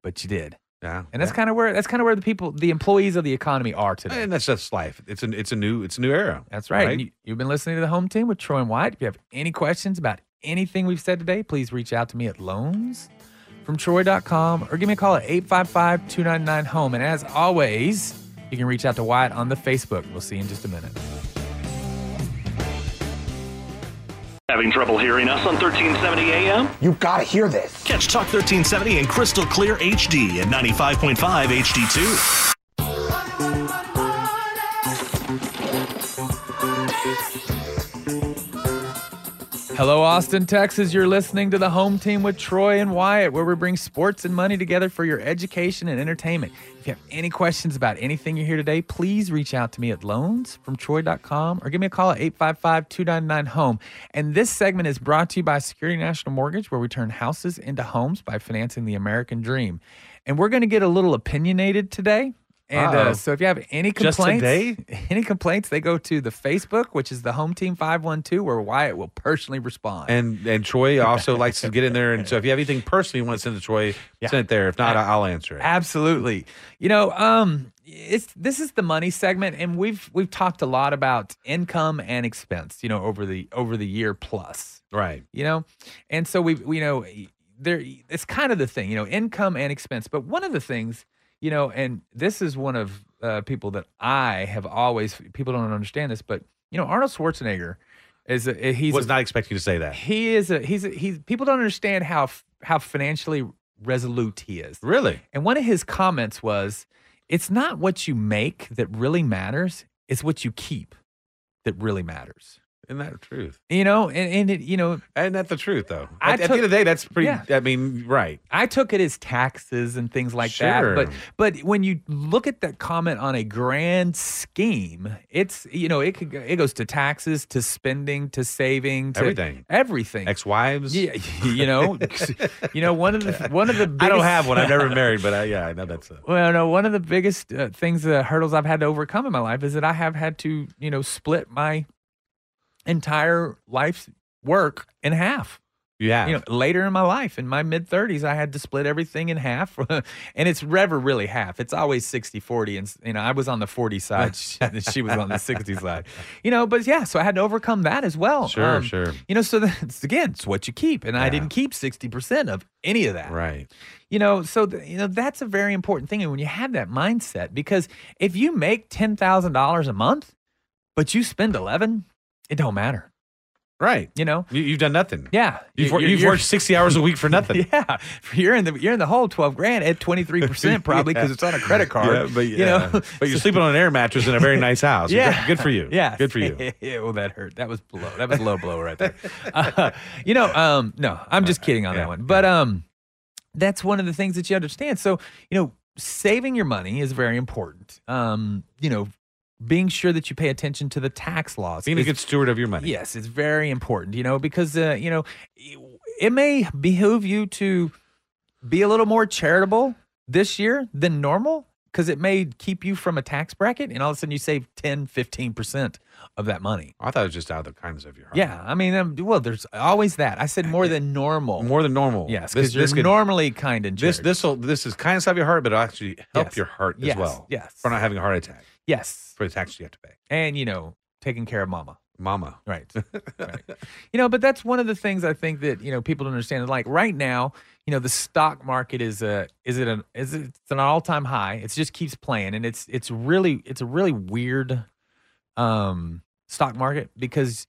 Speaker 1: but you did.
Speaker 2: Yeah.
Speaker 1: And that's kind of where that's kind of where the people, the employees of the economy are today.
Speaker 2: and that's just life. It's a it's a new it's a new era.
Speaker 1: That's right. And You, you've been listening to the home team with Troy and White. If you have any questions about anything we've said today, please reach out to me at loansfromtroy.com or give me a call at 855 299 home. E. And as always, you can reach out to Wyatt on the Facebook. We'll see you in just a minute.
Speaker 5: Having trouble hearing us on 1370 AM?
Speaker 6: You've got to hear this.
Speaker 3: Catch Talk 1370 in crystal clear HD at 95.5 HD2.
Speaker 1: Hello, Austin, Texas. You're listening to the home team with Troy and Wyatt, where we bring sports and money together for your education and entertainment. If you have any questions about anything you hear today, please reach out to me at loansfromtroy.com or give me a call at 855 299 home. E. And this segment is brought to you by Security National Mortgage, where we turn houses into homes by financing the American dream. And we're going to get a little opinionated today. And
Speaker 2: Uh-oh.
Speaker 1: uh, so if you have any
Speaker 2: Just
Speaker 1: complaints,
Speaker 2: today?
Speaker 1: any complaints, they go to the Facebook, which is the Home Team 512, where Wyatt will personally respond.
Speaker 2: And and Troy also likes to get in there. And so if you have anything personal you want to send to Troy, send it there. If not, I, I'll answer it.
Speaker 1: Absolutely. You know, um it's this is the money segment and we've we've talked a lot about income and expense, you know, over the over the year plus,
Speaker 2: right.
Speaker 1: you know. And so we we know there it's kind of the thing, you know, income and expense. But one of the things, you know, and this is one of uh, people that I have always people don't understand this, but you know, Arnold Schwarzenegger is a, he's
Speaker 2: Was
Speaker 1: a-
Speaker 2: not expecting you to say that.
Speaker 1: he is a he's a, he's people don't understand how f- how financially resolute he is.
Speaker 2: Really?
Speaker 1: And one of his comments was, it's not what you make that really matters, it's what you keep that really matters.
Speaker 2: Isn't that the truth?
Speaker 1: You know, and, and it, you know,
Speaker 2: Isn't that the truth though?
Speaker 1: I
Speaker 2: At, at the end of the day, that's pretty.
Speaker 1: Yeah.
Speaker 2: I mean, right?
Speaker 1: I took it as taxes and things like
Speaker 2: Sure.
Speaker 1: that. But but when you look at that comment on a grand scheme, it's you know it could go- it goes to taxes, to spending, to saving, to
Speaker 2: Everything.
Speaker 1: everything.
Speaker 2: Ex-wives.
Speaker 1: yeah, you know, you know one of the one of the biggest,
Speaker 2: I don't have one. I've never married, but I, yeah, I know that's a,
Speaker 1: Well, no, one of the biggest uh, things, the hurdles I've had to overcome in my life is that I have had to, you know, split my entire life's work in half.
Speaker 2: you have.
Speaker 1: You know, later in my life, in my mid 30s, I had to split everything in half. and it's never really half. It's always 60 40. And, you know, I was on the 40 side, she she was on the 60 side. You know, but yeah, so I had to overcome that as well.
Speaker 2: sure,
Speaker 1: Um,
Speaker 2: sure.
Speaker 1: You know, so that's again, it's what you keep. And I
Speaker 2: Yeah.
Speaker 1: didn't keep 60% of any of that
Speaker 2: Right.
Speaker 1: you know so th- you know that's a very important thing and when you have that mindset because if you make $10000 a month but you spend 11 it don't matter
Speaker 2: Right.
Speaker 1: you know
Speaker 2: You, you've done nothing.
Speaker 1: yeah
Speaker 2: You've, wor-
Speaker 1: You're-
Speaker 2: you've
Speaker 1: you're-
Speaker 2: worked sixty hours a week for nothing.
Speaker 1: yeah you're in the you're in the whole 12 grand at 23% probably because
Speaker 2: Yeah.
Speaker 1: it's on a credit card
Speaker 2: but
Speaker 1: you know?
Speaker 2: but you're sleeping on an air mattress in a very nice house. You're
Speaker 1: Yeah.
Speaker 2: good- Good for you.
Speaker 1: Yeah,
Speaker 2: Good for you.
Speaker 1: yeah, well, that hurt. That was blow. That was low blow right there. Uh, you know, um, no, I'm just kidding on
Speaker 2: Uh, Yeah,
Speaker 1: that one. But um, that's one of the things that you understand. So you know, saving your money is very important. Um, you know, being sure that you pay attention to the tax laws.
Speaker 2: Being a
Speaker 1: is-
Speaker 2: good steward of your money.
Speaker 1: Yes, it's very important. You know, because uh, you know, it- it may behoove you to be a little more charitable this year than normal because it may keep you from a tax bracket and all of a sudden you save 10 15% of that money
Speaker 2: I thought it was just out of the kindness of your heart.
Speaker 1: yeah i mean um, well there's always that i said more than normal
Speaker 2: More than normal.
Speaker 1: yes
Speaker 2: This
Speaker 1: because you're
Speaker 2: this could-
Speaker 1: normally kind and
Speaker 2: this
Speaker 1: charitable.
Speaker 2: this will this is kindness of your heart, but it'll actually help
Speaker 1: Yes.
Speaker 2: your heart as
Speaker 1: Yes,
Speaker 2: well.
Speaker 1: yes.
Speaker 2: For not having a heart attack.
Speaker 1: yes
Speaker 2: For the taxes you have to pay.
Speaker 1: and you know taking care of mama
Speaker 2: Mama.
Speaker 1: Right. right. You know, but that's one of the things I think that, you know, people don't understand. Like right now, you know, the stock market is a is it an is it, it's an all-time high. It just keeps playing and it's it's really it's a really weird um stock market because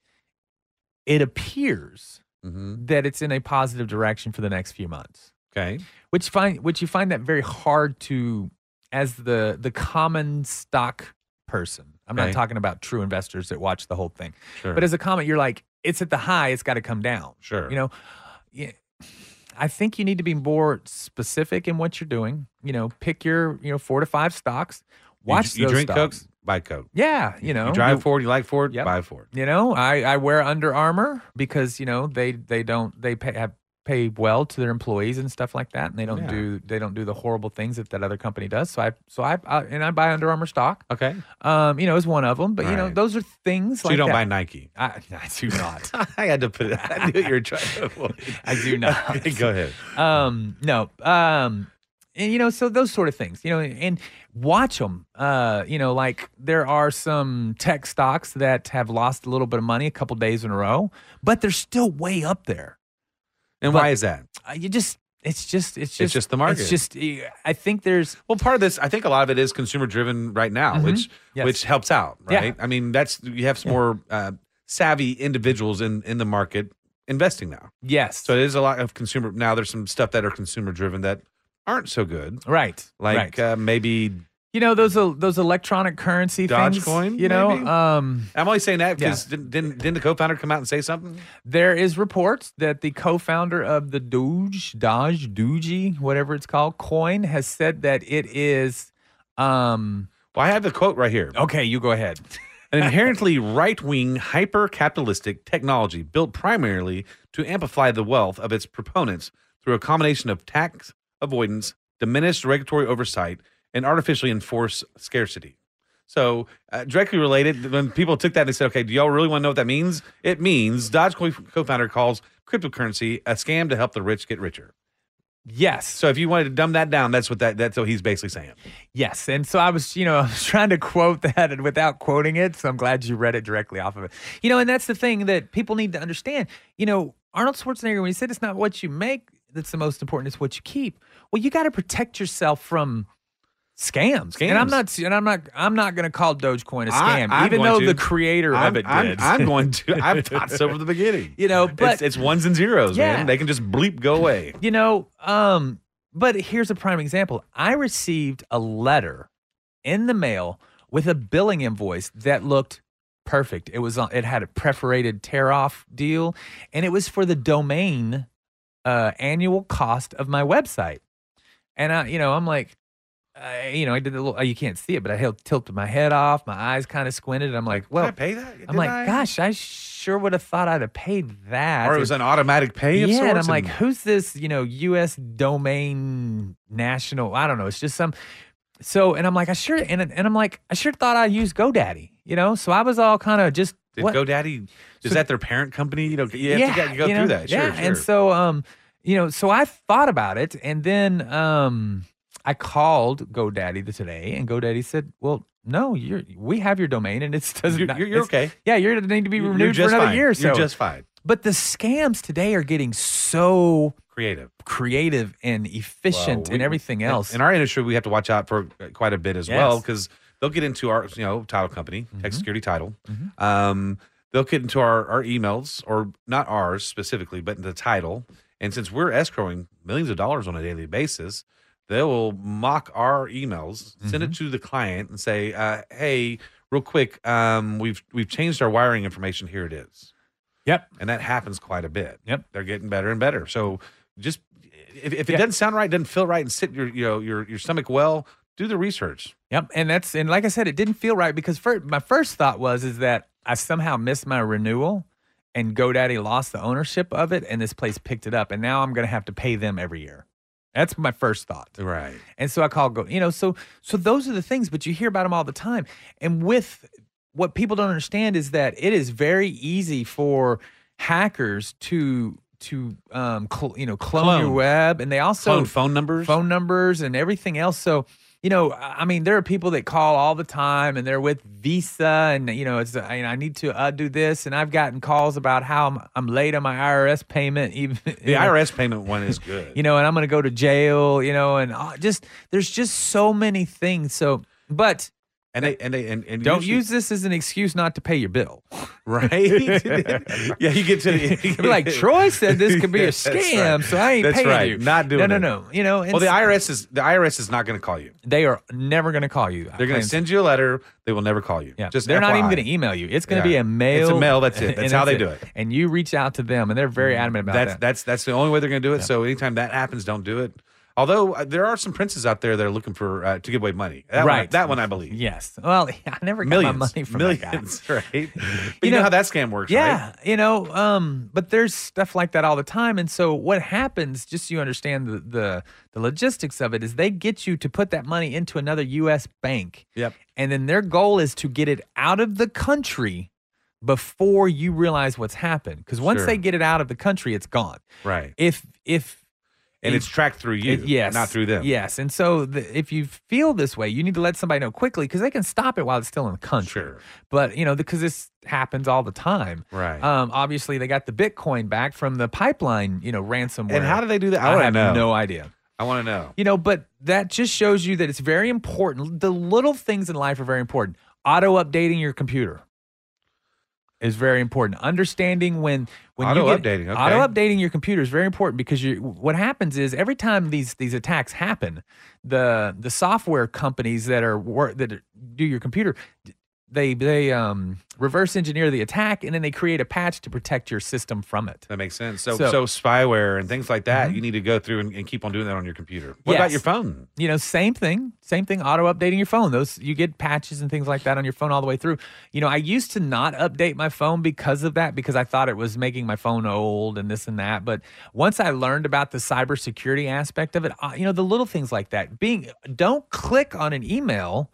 Speaker 1: it appears
Speaker 2: Mm-hmm.
Speaker 1: that it's in a positive direction for the next few months
Speaker 2: Okay.
Speaker 1: which find which you find that very hard to as the the common stock person i'm
Speaker 2: Okay.
Speaker 1: not talking about true investors that watch the whole thing
Speaker 2: Sure.
Speaker 1: but as a comment you're like it's at the high it's got to come down
Speaker 2: sure.
Speaker 1: you know yeah, i think you need to be more specific in what you're doing you know pick your you know four to five stocks
Speaker 2: You-
Speaker 1: watch
Speaker 2: you,
Speaker 1: those
Speaker 2: drink
Speaker 1: stocks
Speaker 2: Coke, buy Coke.
Speaker 1: yeah you know
Speaker 2: You drive Ford, you like Ford,
Speaker 1: Yep.
Speaker 2: buy Ford.
Speaker 1: you know, I, I wear Under Armour because you know they they don't they pay have, pay well to their employees and stuff like that, and they don't
Speaker 2: Yeah.
Speaker 1: do they don't do the horrible things that that other company does. So I so I, I and I buy Under Armour stock.
Speaker 2: Okay.
Speaker 1: Um, you know, is one of them, but you know
Speaker 2: Right.
Speaker 1: those are things
Speaker 2: So
Speaker 1: like
Speaker 2: you don't
Speaker 1: that.
Speaker 2: buy Nike.
Speaker 1: I, I do not.
Speaker 2: I had to put it. I knew you were trying to avoid.
Speaker 1: I do not.
Speaker 2: Go ahead.
Speaker 1: um no um and you know so those sort of things you know and watch them uh you know like there are some tech stocks that have lost a little bit of money a couple days in a row but they're still way up there
Speaker 2: And
Speaker 1: But-
Speaker 2: why is that?
Speaker 1: uh, you just it's just it's just
Speaker 2: just the market.
Speaker 1: it's just uh, i think there's
Speaker 2: Well, part of this, I think a lot of it is consumer driven right now,
Speaker 1: Mhm.
Speaker 2: which
Speaker 1: Yes.
Speaker 2: which helps out,
Speaker 1: Yeah.
Speaker 2: right? I mean, that's you have some more uh, savvy individuals in in the market investing now.
Speaker 1: yes
Speaker 2: So it is a lot of consumer. Now there's some stuff that are consumer driven that aren't so good,
Speaker 1: right
Speaker 2: like
Speaker 1: right.
Speaker 2: uh, maybe.
Speaker 1: you know those el- those electronic currency things
Speaker 2: Dogecoin,
Speaker 1: you know
Speaker 2: maybe?
Speaker 1: um
Speaker 2: I'm only saying that because didn't, didn't didn't the co-founder come out and say something?
Speaker 1: There is reports that the co-founder of the Doge, Doge, Doogee, whatever it's called, coin has said that it is. Um,
Speaker 2: Well, I have the quote right here.
Speaker 1: okay, you go ahead.
Speaker 2: An inherently right wing, hyper capitalistic technology built primarily to amplify the wealth of its proponents through a combination of tax avoidance, diminished regulatory oversight, and artificially enforced scarcity. So, uh, directly related, when people took that and said, okay, do y'all really want to know what that means? It means Dodge co founder calls cryptocurrency a scam to help the rich get richer.
Speaker 1: Yes,
Speaker 2: So, if you wanted to dumb that down, that's what that, that's what he's basically saying.
Speaker 1: yes. And so I was, you know, I was trying to quote that and without quoting it. So I'm glad you read it directly off of it. You know, and that's the thing that people need to understand. You know, Arnold Schwarzenegger, when he said it's not what you make that's the most important, it's what you keep. Well, you got to protect yourself from. Scams. and I'm
Speaker 2: Scams.
Speaker 1: not, and I'm not, I'm not going to call Dogecoin a
Speaker 2: I-
Speaker 1: scam,
Speaker 2: I'm
Speaker 1: even
Speaker 2: going
Speaker 1: though
Speaker 2: to.
Speaker 1: the creator of it
Speaker 2: I'm,
Speaker 1: did.
Speaker 2: I'm going to. I've thought so from the beginning.
Speaker 1: you know,
Speaker 2: it's,
Speaker 1: but
Speaker 2: it's ones and zeros,
Speaker 1: Yeah.
Speaker 2: man. They can just bleep go away.
Speaker 1: you know, um, but here's a prime example. I received a letter in the mail with a billing invoice that looked perfect. It was on, it had a perforated tear off deal, and it was for the domain uh, annual cost of my website. And I, you know, I'm like, uh, you know, I did a little. You can't see it, but I held, tilted my head off, my eyes kind of squinted, and I'm like,
Speaker 2: Did
Speaker 1: well,
Speaker 2: I pay that? Did
Speaker 1: I'm like,
Speaker 2: I?
Speaker 1: gosh, I sure would have thought I'd have paid that.
Speaker 2: Or it was an automatic pay of
Speaker 1: yeah,
Speaker 2: sorts.
Speaker 1: and I'm like, who's this? You know, U.S. domain national. I don't know. It's just some. So, and I'm like, I sure, and and I'm like, I sure thought I used GoDaddy. You know, so I was all kind of just
Speaker 2: did
Speaker 1: what?
Speaker 2: GoDaddy is
Speaker 1: So-
Speaker 2: that their parent company? You know, you have to
Speaker 1: yeah,
Speaker 2: get- you go
Speaker 1: you
Speaker 2: through
Speaker 1: know,
Speaker 2: that. Sure,
Speaker 1: yeah,
Speaker 2: sure.
Speaker 1: and so um, you know, so I thought about it, and then um, I called GoDaddy the- today, and GoDaddy said, well. No, you're. We have your domain, and it's doesn't.
Speaker 2: you're,
Speaker 1: not-
Speaker 2: you're, you're
Speaker 1: it's-
Speaker 2: okay.
Speaker 1: Yeah, you're gonna need to be
Speaker 2: You're-
Speaker 1: renewed
Speaker 2: you're just
Speaker 1: for another
Speaker 2: fine.
Speaker 1: year. or So,
Speaker 2: You're just fine.
Speaker 1: but the scams today are getting so
Speaker 2: Creative.
Speaker 1: creative and efficient
Speaker 2: Well, we-
Speaker 1: and everything
Speaker 2: in-
Speaker 1: else.
Speaker 2: In our industry, we have to watch out for uh, quite a bit as well
Speaker 1: Yes. Mm-hmm.
Speaker 2: because they'll get into our, you know, title company, tech security title.
Speaker 1: Mhm.
Speaker 2: Um, they'll get into our, our emails or not ours specifically, but the title. And since we're escrowing millions of dollars on a daily basis, they will mock our emails, send it
Speaker 1: Mm-hmm.
Speaker 2: to the client, and say, uh, "Hey, real quick, um, we've we've changed our wiring information. Here it is."
Speaker 1: Yep.
Speaker 2: and that happens quite a bit.
Speaker 1: Yep.
Speaker 2: they're getting better and better. So just if, if it
Speaker 1: Yeah.
Speaker 2: doesn't sound right, doesn't feel right, and sit your you know your your stomach well, do the research.
Speaker 1: yep, and that's and like I said, it didn't feel right because fir- my first thought was is that I somehow missed my renewal, and GoDaddy lost the ownership of it, and this place picked it up, and now I'm gonna have to pay them every year. That's my first thought.
Speaker 2: Right.
Speaker 1: And so I call go, you know, so so those are the things, but you hear about them all the time. And with what people don't understand is that it is very easy for hackers to to um cl- you know clone, your
Speaker 2: Clone.
Speaker 1: web and they also
Speaker 2: Clone phone numbers.
Speaker 1: phone numbers and everything else. So, you know, I I mean, there are people that call all the time and they're with Visa and, you know, it's, I, I need to uh, do this. And I've gotten calls about how I'm, I'm late on my IRS payment. Even
Speaker 2: The IRS payment one is good.
Speaker 1: you know, and I'm going to go to jail, you know, and uh, just, there's just so many things. So, but
Speaker 2: and they and they and, and
Speaker 1: don't
Speaker 2: usually-
Speaker 1: use this as an excuse not to pay your bill.
Speaker 2: right. yeah, you get to the,
Speaker 1: Be like Troy said, this could be a
Speaker 2: That's right.
Speaker 1: scam, so I ain't
Speaker 2: That's
Speaker 1: paying
Speaker 2: right.
Speaker 1: you.
Speaker 2: Not doing
Speaker 1: no, no,
Speaker 2: it.
Speaker 1: no. You know, and
Speaker 2: Well, the
Speaker 1: s-
Speaker 2: IRS is the IRS is not going to call you.
Speaker 1: they are never going to call you. I
Speaker 2: They're going to
Speaker 1: claim-
Speaker 2: send you a letter. They will never call you.
Speaker 1: Yeah,
Speaker 2: just
Speaker 1: they're not even
Speaker 2: FYI.
Speaker 1: going to email you. It's going to
Speaker 2: Yeah.
Speaker 1: be a
Speaker 2: It's a
Speaker 1: mail.
Speaker 2: mail, that's it.
Speaker 1: and
Speaker 2: That's how they do it. Mm.
Speaker 1: And you reach out to them, and they're very adamant about
Speaker 2: that's
Speaker 1: that.
Speaker 2: that's that's the only way they're going to do it. So anytime that happens, don't do it. Although uh, there are some princes out there that are looking for uh, to give away money. That one-
Speaker 1: Right.
Speaker 2: that one I believe.
Speaker 1: Yes. Well, I never got
Speaker 2: Millions,
Speaker 1: my money from that guy.
Speaker 2: millions, right? But you, know,
Speaker 1: know-
Speaker 2: how that scam works, right?
Speaker 1: Yeah, you know, um, but there's stuff like that all the time, and so what happens? Just so you understand the, the the logistics of it is they get you to put that money into another U.S. bank,
Speaker 2: Yep.
Speaker 1: and then their goal is to get it out of the country before you realize what's happened. Because once
Speaker 2: Sure.
Speaker 1: they get it out of the country, it's gone.
Speaker 2: Right.
Speaker 1: If if
Speaker 2: And it's tracked through you,
Speaker 1: It- yes.
Speaker 2: not through them.
Speaker 1: Yes. And so the, if you feel this way, you need to let somebody know quickly because they can stop it while it's still in the country.
Speaker 2: Sure.
Speaker 1: But, you know, because this happens all the time.
Speaker 2: Right.
Speaker 1: Um, obviously, they got the Bitcoin back from the pipeline, you know, ransomware.
Speaker 2: and how do they do that? I,
Speaker 1: I
Speaker 2: want to
Speaker 1: have
Speaker 2: know.
Speaker 1: no idea.
Speaker 2: I want to know.
Speaker 1: You know, but that just shows you that it's very important. The little things in life are very important. Auto updating your computer is very important. Understanding when when you get,
Speaker 2: Auto-updating, okay.
Speaker 1: auto updating your computer is very important because you what happens is every time these these attacks happen, the the software companies that are wor- that are- do your computer they they um, reverse engineer the attack and then they create a patch to protect your system from it.
Speaker 2: That makes sense. So, so,
Speaker 1: So- Mm-hmm.
Speaker 2: spyware and things like that, you need to go through and, and keep on doing that on your computer. What about
Speaker 1: Yes.
Speaker 2: your phone?
Speaker 1: you know, same thing, same thing. Auto updating your phone. Those you get patches and things like that on your phone all the way through. You know, I used to not update my phone because of that because I thought it was making my phone old and this and that. But once I learned about the cybersecurity aspect of it, uh, you know, the little things like that. Being don't click on an email,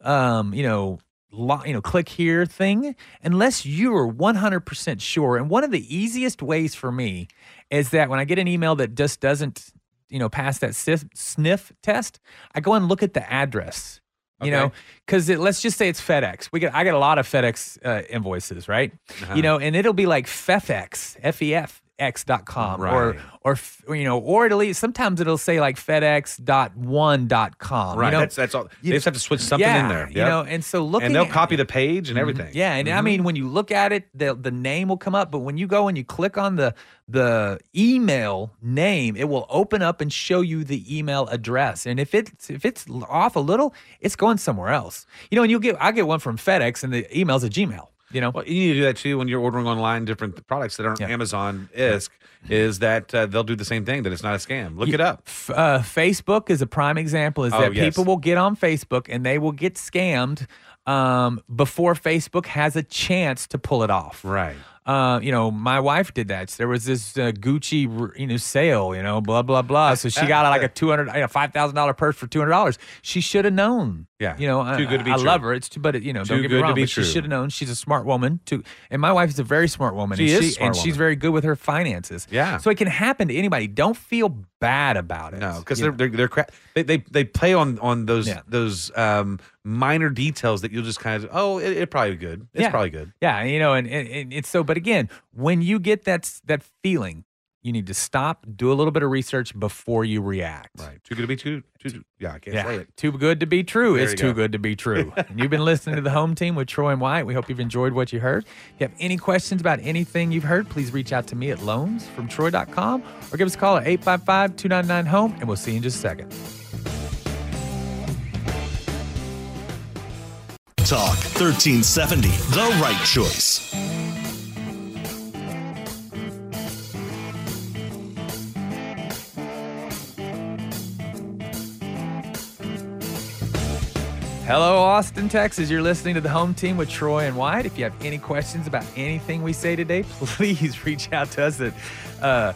Speaker 1: um, you know. Lo- you know, click here thing, unless you are 100% sure. And one of the easiest ways for me is that when I get an email that just doesn't you know pass that sif- sniff test i go and look at the address you know
Speaker 2: Okay.
Speaker 1: because let's just say it's fedex we get i get a lot of fedex uh, invoices right
Speaker 2: Uh-huh.
Speaker 1: you know and it'll be like E fefx f-e-f E dot com
Speaker 2: Right.
Speaker 1: or or f- or, you know or it'll e- sometimes it'll say like fedex dot one dot com
Speaker 2: Right.
Speaker 1: you know
Speaker 2: that's that's all. They
Speaker 1: you-
Speaker 2: just have to switch something
Speaker 1: yeah,
Speaker 2: in there.
Speaker 1: you
Speaker 2: Yep.
Speaker 1: know and so looking
Speaker 2: and they'll
Speaker 1: at- Mm-hmm.
Speaker 2: copy the page and everything. Mm-hmm.
Speaker 1: yeah, and I mean, when you look at it, the the name will come up, but when you go and you click on the the email name, it will open up and show you the email address. And if it's if it's l- off a little, it's going somewhere else. You know, and you'll get I get one from FedEx, and the email's a Gmail. You know,
Speaker 2: Well, you need to do that too when you're ordering online different products that aren't
Speaker 1: Yeah.
Speaker 2: Amazon isk. Is that uh, they'll do the same thing that it's not a scam? Look it up.
Speaker 1: F- uh, Facebook is a prime example. Is
Speaker 2: Oh,
Speaker 1: that
Speaker 2: yes.
Speaker 1: people will get on Facebook and they will get scammed um, before Facebook has a chance to pull it off.
Speaker 2: Right.
Speaker 1: Uh, you know, my wife did that. There was this uh, Gucci, r- you know, sale. You know, blah blah blah. So she got like a two hundred, you know, five thousand dollar purse for two hundred dollars. She should have known.
Speaker 2: Yeah.
Speaker 1: you know, I-
Speaker 2: Too good to be
Speaker 1: I,
Speaker 2: true.
Speaker 1: love her. It's too, but it, you know,
Speaker 2: Too
Speaker 1: don't get me
Speaker 2: good to
Speaker 1: wrong.
Speaker 2: be
Speaker 1: but
Speaker 2: true.
Speaker 1: She should have known. She's a smart woman too, and my wife is a very smart woman.
Speaker 2: She
Speaker 1: and
Speaker 2: is a
Speaker 1: she,
Speaker 2: smart
Speaker 1: and she's
Speaker 2: woman.
Speaker 1: very good with her finances.
Speaker 2: Yeah.
Speaker 1: So it can happen to anybody. Don't feel bad about it.
Speaker 2: No, because
Speaker 1: You
Speaker 2: they're, they're they're cra- they they they play on on those
Speaker 1: Yeah.
Speaker 2: those um minor details that you'll just kind of oh it, it probably good it's
Speaker 1: Yeah.
Speaker 2: probably good
Speaker 1: Yeah, you know, and, and, and it's so. But again, when you get that s- that feeling, you need to stop, do a little bit of research before you react.
Speaker 2: right too good to be too too yeah I can't say
Speaker 1: Yeah,
Speaker 2: it
Speaker 1: too good to be true
Speaker 2: There
Speaker 1: is
Speaker 2: you
Speaker 1: too
Speaker 2: go.
Speaker 1: good to be true. and you've been listening to the Home Team with Troy and Wyatt. We hope you've enjoyed what you heard. If you have any questions about anything you've heard, please reach out to me at loansfromtroy.com or give us a call at 855 299 Home, and we'll see you in just a second.
Speaker 3: Talk 1370, the right choice.
Speaker 1: Hello, Austin, Texas. You're listening to the home team with Troy and White. If you have any questions about anything we say today, please reach out to us at uh,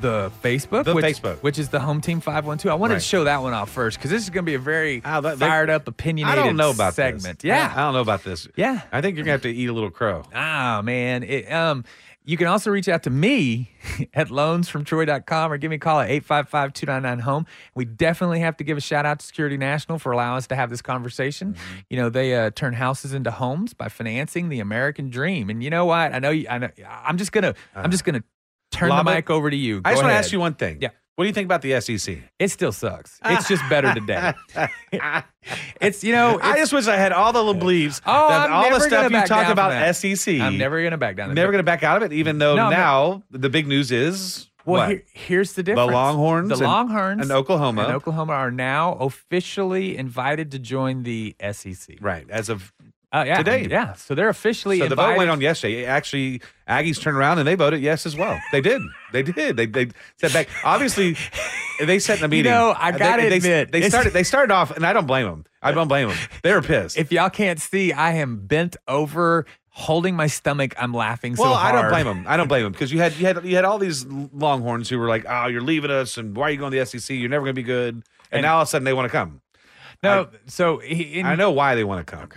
Speaker 1: the Facebook,
Speaker 2: The
Speaker 1: which,
Speaker 2: Facebook.
Speaker 1: which is the home team 512. I wanted
Speaker 2: Right.
Speaker 1: to show that one off first because this is going to be a very
Speaker 2: Ah, that- that-
Speaker 1: fired up, opinionated
Speaker 2: I don't know about this.
Speaker 1: segment.
Speaker 2: I
Speaker 1: Yeah.
Speaker 2: don't- I don't know about this
Speaker 1: Yeah.
Speaker 2: I think you're gonna have to eat a little crow
Speaker 1: Ah, man. It, um, you can also reach out to me at loansfromtroy.com or give me a call at 855 299 home. We definitely have to give a shout out to Security National for allowing us to have this conversation.
Speaker 2: Mm-hmm.
Speaker 1: You know, they uh, turn houses into homes by financing the American dream. And you know what? I know you, I know, I'm just going to, I'm just going to turn the
Speaker 2: Lob it.
Speaker 1: mic over to you.
Speaker 2: Uh-huh. I
Speaker 1: Go
Speaker 2: just want to
Speaker 1: ahead.
Speaker 2: ask you one thing
Speaker 1: Yeah.
Speaker 2: what do you think about the E SEC
Speaker 1: It still sucks. It's just better today. it's, you know,
Speaker 2: I
Speaker 1: Oh, it's-
Speaker 2: just wish I had all the little beliefs
Speaker 1: Oh,
Speaker 2: that
Speaker 1: I'm
Speaker 2: all the
Speaker 1: never
Speaker 2: stuff
Speaker 1: gonna
Speaker 2: you
Speaker 1: back
Speaker 2: talk
Speaker 1: down from
Speaker 2: about
Speaker 1: that.
Speaker 2: SEC
Speaker 1: I'm never going to back down.
Speaker 2: never gonna back out of it even though
Speaker 1: No, I'm
Speaker 2: now the big news is
Speaker 1: Well,
Speaker 2: what?
Speaker 1: here, here's the difference.
Speaker 2: Longhorns
Speaker 1: the
Speaker 2: and-
Speaker 1: Longhorns,
Speaker 2: and Oklahoma.
Speaker 1: and Oklahoma are now officially invited to join the SEC.
Speaker 2: right as of
Speaker 1: Uh, yeah,
Speaker 2: Today.
Speaker 1: yeah. So they're officially
Speaker 2: So the
Speaker 1: invited.
Speaker 2: vote went on yesterday. Actually, Aggies turned around and they voted yes as well. They did. They did. They they said back. Obviously, they set in a meeting.
Speaker 1: know, I
Speaker 2: They-
Speaker 1: gotta
Speaker 2: they,
Speaker 1: admit,
Speaker 2: they,
Speaker 1: it's-
Speaker 2: started. They started off, and I don't blame them. I don't blame them. They were pissed.
Speaker 1: if y'all can't see, I am bent over, holding my stomach. I'm laughing so
Speaker 2: well, I
Speaker 1: hard.
Speaker 2: don't blame them. I don't blame them because you had you had you had all these Longhorns who were like, "Oh, you're leaving us, and why are you going to the SEC? You're never going to be good." And, now all of a sudden they want to come.
Speaker 1: No, so he, in,
Speaker 2: I know why they want to come.